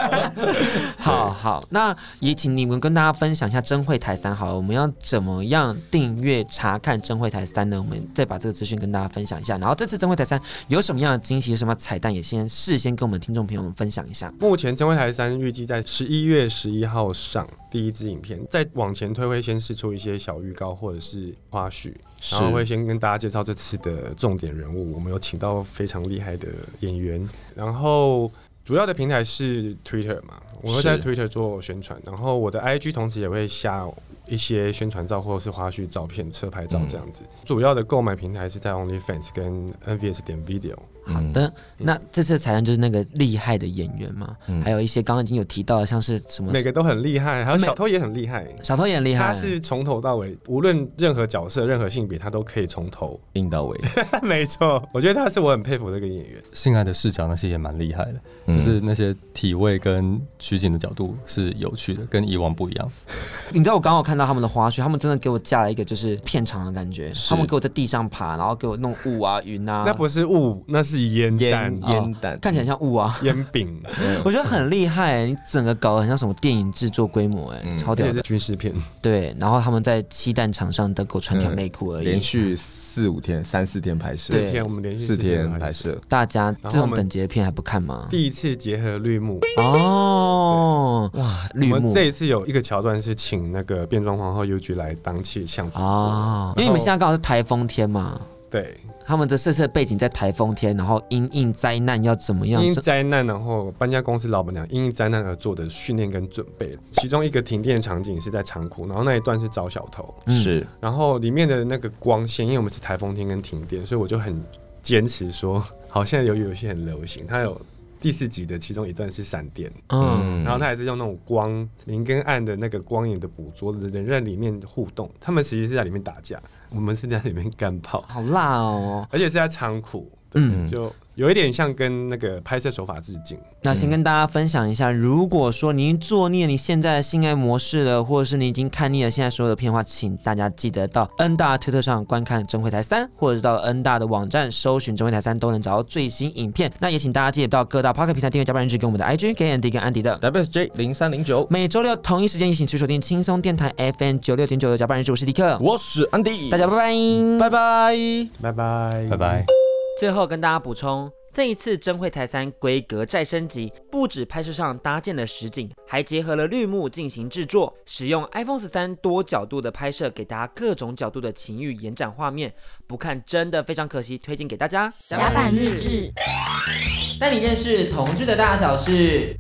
[SPEAKER 2] 好好，那也请你们跟大家分享一下真会台三好了，我们要怎么样订阅查看真会台三呢？我们再把这个资讯跟大家分享一下。然后这次真会台三有什么样的惊喜，有什么彩蛋，也先事先跟我们听众朋友们分享一下。
[SPEAKER 4] 目前《真会台三》预计在十一月十一号上第一支影片，再往前推会先试出一些小预告或者是花絮，
[SPEAKER 3] 是
[SPEAKER 4] 然后会先跟大家介绍这次的重点人物。我们有请到非常厉害的演员，然后主要的平台是 Twitter 嘛，我会在
[SPEAKER 3] 是
[SPEAKER 4] Twitter 做宣传，然后我的 IG 同时也会下一些宣传照或者是花絮照片、车牌照这样子。主要的购买平台是在 OnlyFans 跟 NVS 点 Video。
[SPEAKER 2] 好
[SPEAKER 3] 嗯
[SPEAKER 2] 的，那这次的彩蛋就是那个厉害的演员嘛，
[SPEAKER 3] 嗯
[SPEAKER 2] 还有一些刚刚已经有提到的，像是什么
[SPEAKER 4] 每个都很厉害，还有
[SPEAKER 2] 每
[SPEAKER 4] 小偷也很厉害。
[SPEAKER 2] 小偷也很厉害，
[SPEAKER 4] 他是从头到尾，无论任何角色、任何性别，他都可以从头。
[SPEAKER 3] 硬到尾，
[SPEAKER 4] 没错，我觉得他是我很佩服的一个演员。
[SPEAKER 1] 性爱的视角那些也蛮厉害的，就是那些体位跟取景的角度是有趣的，跟以往不一样。
[SPEAKER 2] 你知道我刚好看到他们的花絮，他们真的给我架了一个就是片场的感觉，
[SPEAKER 3] 是
[SPEAKER 2] 他们给我在地上爬，然后给我弄雾啊云啊，
[SPEAKER 4] 那不是雾，那是烟
[SPEAKER 3] 烟哦
[SPEAKER 4] 弹、
[SPEAKER 3] 烟弹
[SPEAKER 2] 看起来像雾啊。
[SPEAKER 4] 烟饼，
[SPEAKER 2] 我觉得很厉害、你整个搞得很像什么电影制作规模、哎、
[SPEAKER 3] 嗯
[SPEAKER 2] 超
[SPEAKER 4] 而
[SPEAKER 2] 屌
[SPEAKER 4] 且是
[SPEAKER 2] 的。
[SPEAKER 4] 军事片。
[SPEAKER 2] 对，然后他们在七蛋场上都给我穿条内裤而已。
[SPEAKER 4] 嗯
[SPEAKER 3] 连续四五天、三四天拍
[SPEAKER 4] 四
[SPEAKER 2] 对
[SPEAKER 3] 摄，
[SPEAKER 4] 天我们连续
[SPEAKER 3] 四天
[SPEAKER 4] 拍
[SPEAKER 3] 拍
[SPEAKER 4] 摄，
[SPEAKER 3] 摄，
[SPEAKER 2] 大家
[SPEAKER 4] 然后
[SPEAKER 2] 这
[SPEAKER 4] 我
[SPEAKER 2] 种
[SPEAKER 4] 们
[SPEAKER 2] 等级的片还不看吗？
[SPEAKER 4] 第一次结合绿幕。
[SPEAKER 2] 哦，哇，绿
[SPEAKER 4] 我们
[SPEAKER 2] 幕
[SPEAKER 4] 这一次有一个桥段是请那个变装皇后 U G 来当气象，
[SPEAKER 2] 哦，因为你们现在刚好是台风天嘛，
[SPEAKER 4] 对，
[SPEAKER 2] 他们的这次的背景在台风天，然后因应灾难要怎么样？
[SPEAKER 4] 因
[SPEAKER 2] 这
[SPEAKER 4] 灾难，然后搬家公司老板娘因灾难而做的训练跟准备。其中一个停电场景是在仓库，然后那一段是找小偷，
[SPEAKER 2] 嗯
[SPEAKER 3] 是
[SPEAKER 4] 然后里面的那个光线，因为我们是台风天跟停电，所以我就很坚持说，好，现在有有一些很流行，它有第四集的其中一段是闪电，
[SPEAKER 2] 嗯，
[SPEAKER 4] 然后它还是用那种光明跟暗的那个光影的捕捉，人在里面互动，他们其实是在里面打架，我们是在里面干炮，
[SPEAKER 2] 好辣哦。
[SPEAKER 4] 而且是在仓库，对，
[SPEAKER 2] 嗯
[SPEAKER 4] 就有一点像跟那个拍摄手法致敬。
[SPEAKER 2] 那先跟大家分享一下，如果说您作孽你现在的性爱模式了，或者是你已经看腻了现在所有的片的话，请大家记得到 N 大推特上观看《真会台三》，或者是到 N 大的网站搜寻《真会台三》，都能找到最新影片。那也请大家记得到各大 Pocket 平台订阅《加班日志》跟我们的 IG 给 Andy 跟安迪的。
[SPEAKER 3] WSJ 零三零九，
[SPEAKER 2] 每周六同一时间，也请持续收听轻松电台 FM 九六点九的《加班日志》，我是迪克，
[SPEAKER 3] 我是安迪，
[SPEAKER 2] 大家拜拜，
[SPEAKER 3] 拜拜。
[SPEAKER 4] 拜拜，
[SPEAKER 1] 拜拜。。
[SPEAKER 2] 最后跟大家补充，这一次真会台三规格再升级，不止拍摄上搭建了实景，还结合了绿幕进行制作，使用 iPhone 十三多角度的拍摄，给大家各种角度的情欲延展画面，不看真的非常可惜，推荐给大家。
[SPEAKER 5] 甲板日，志。
[SPEAKER 2] 带你认识同志的大小事。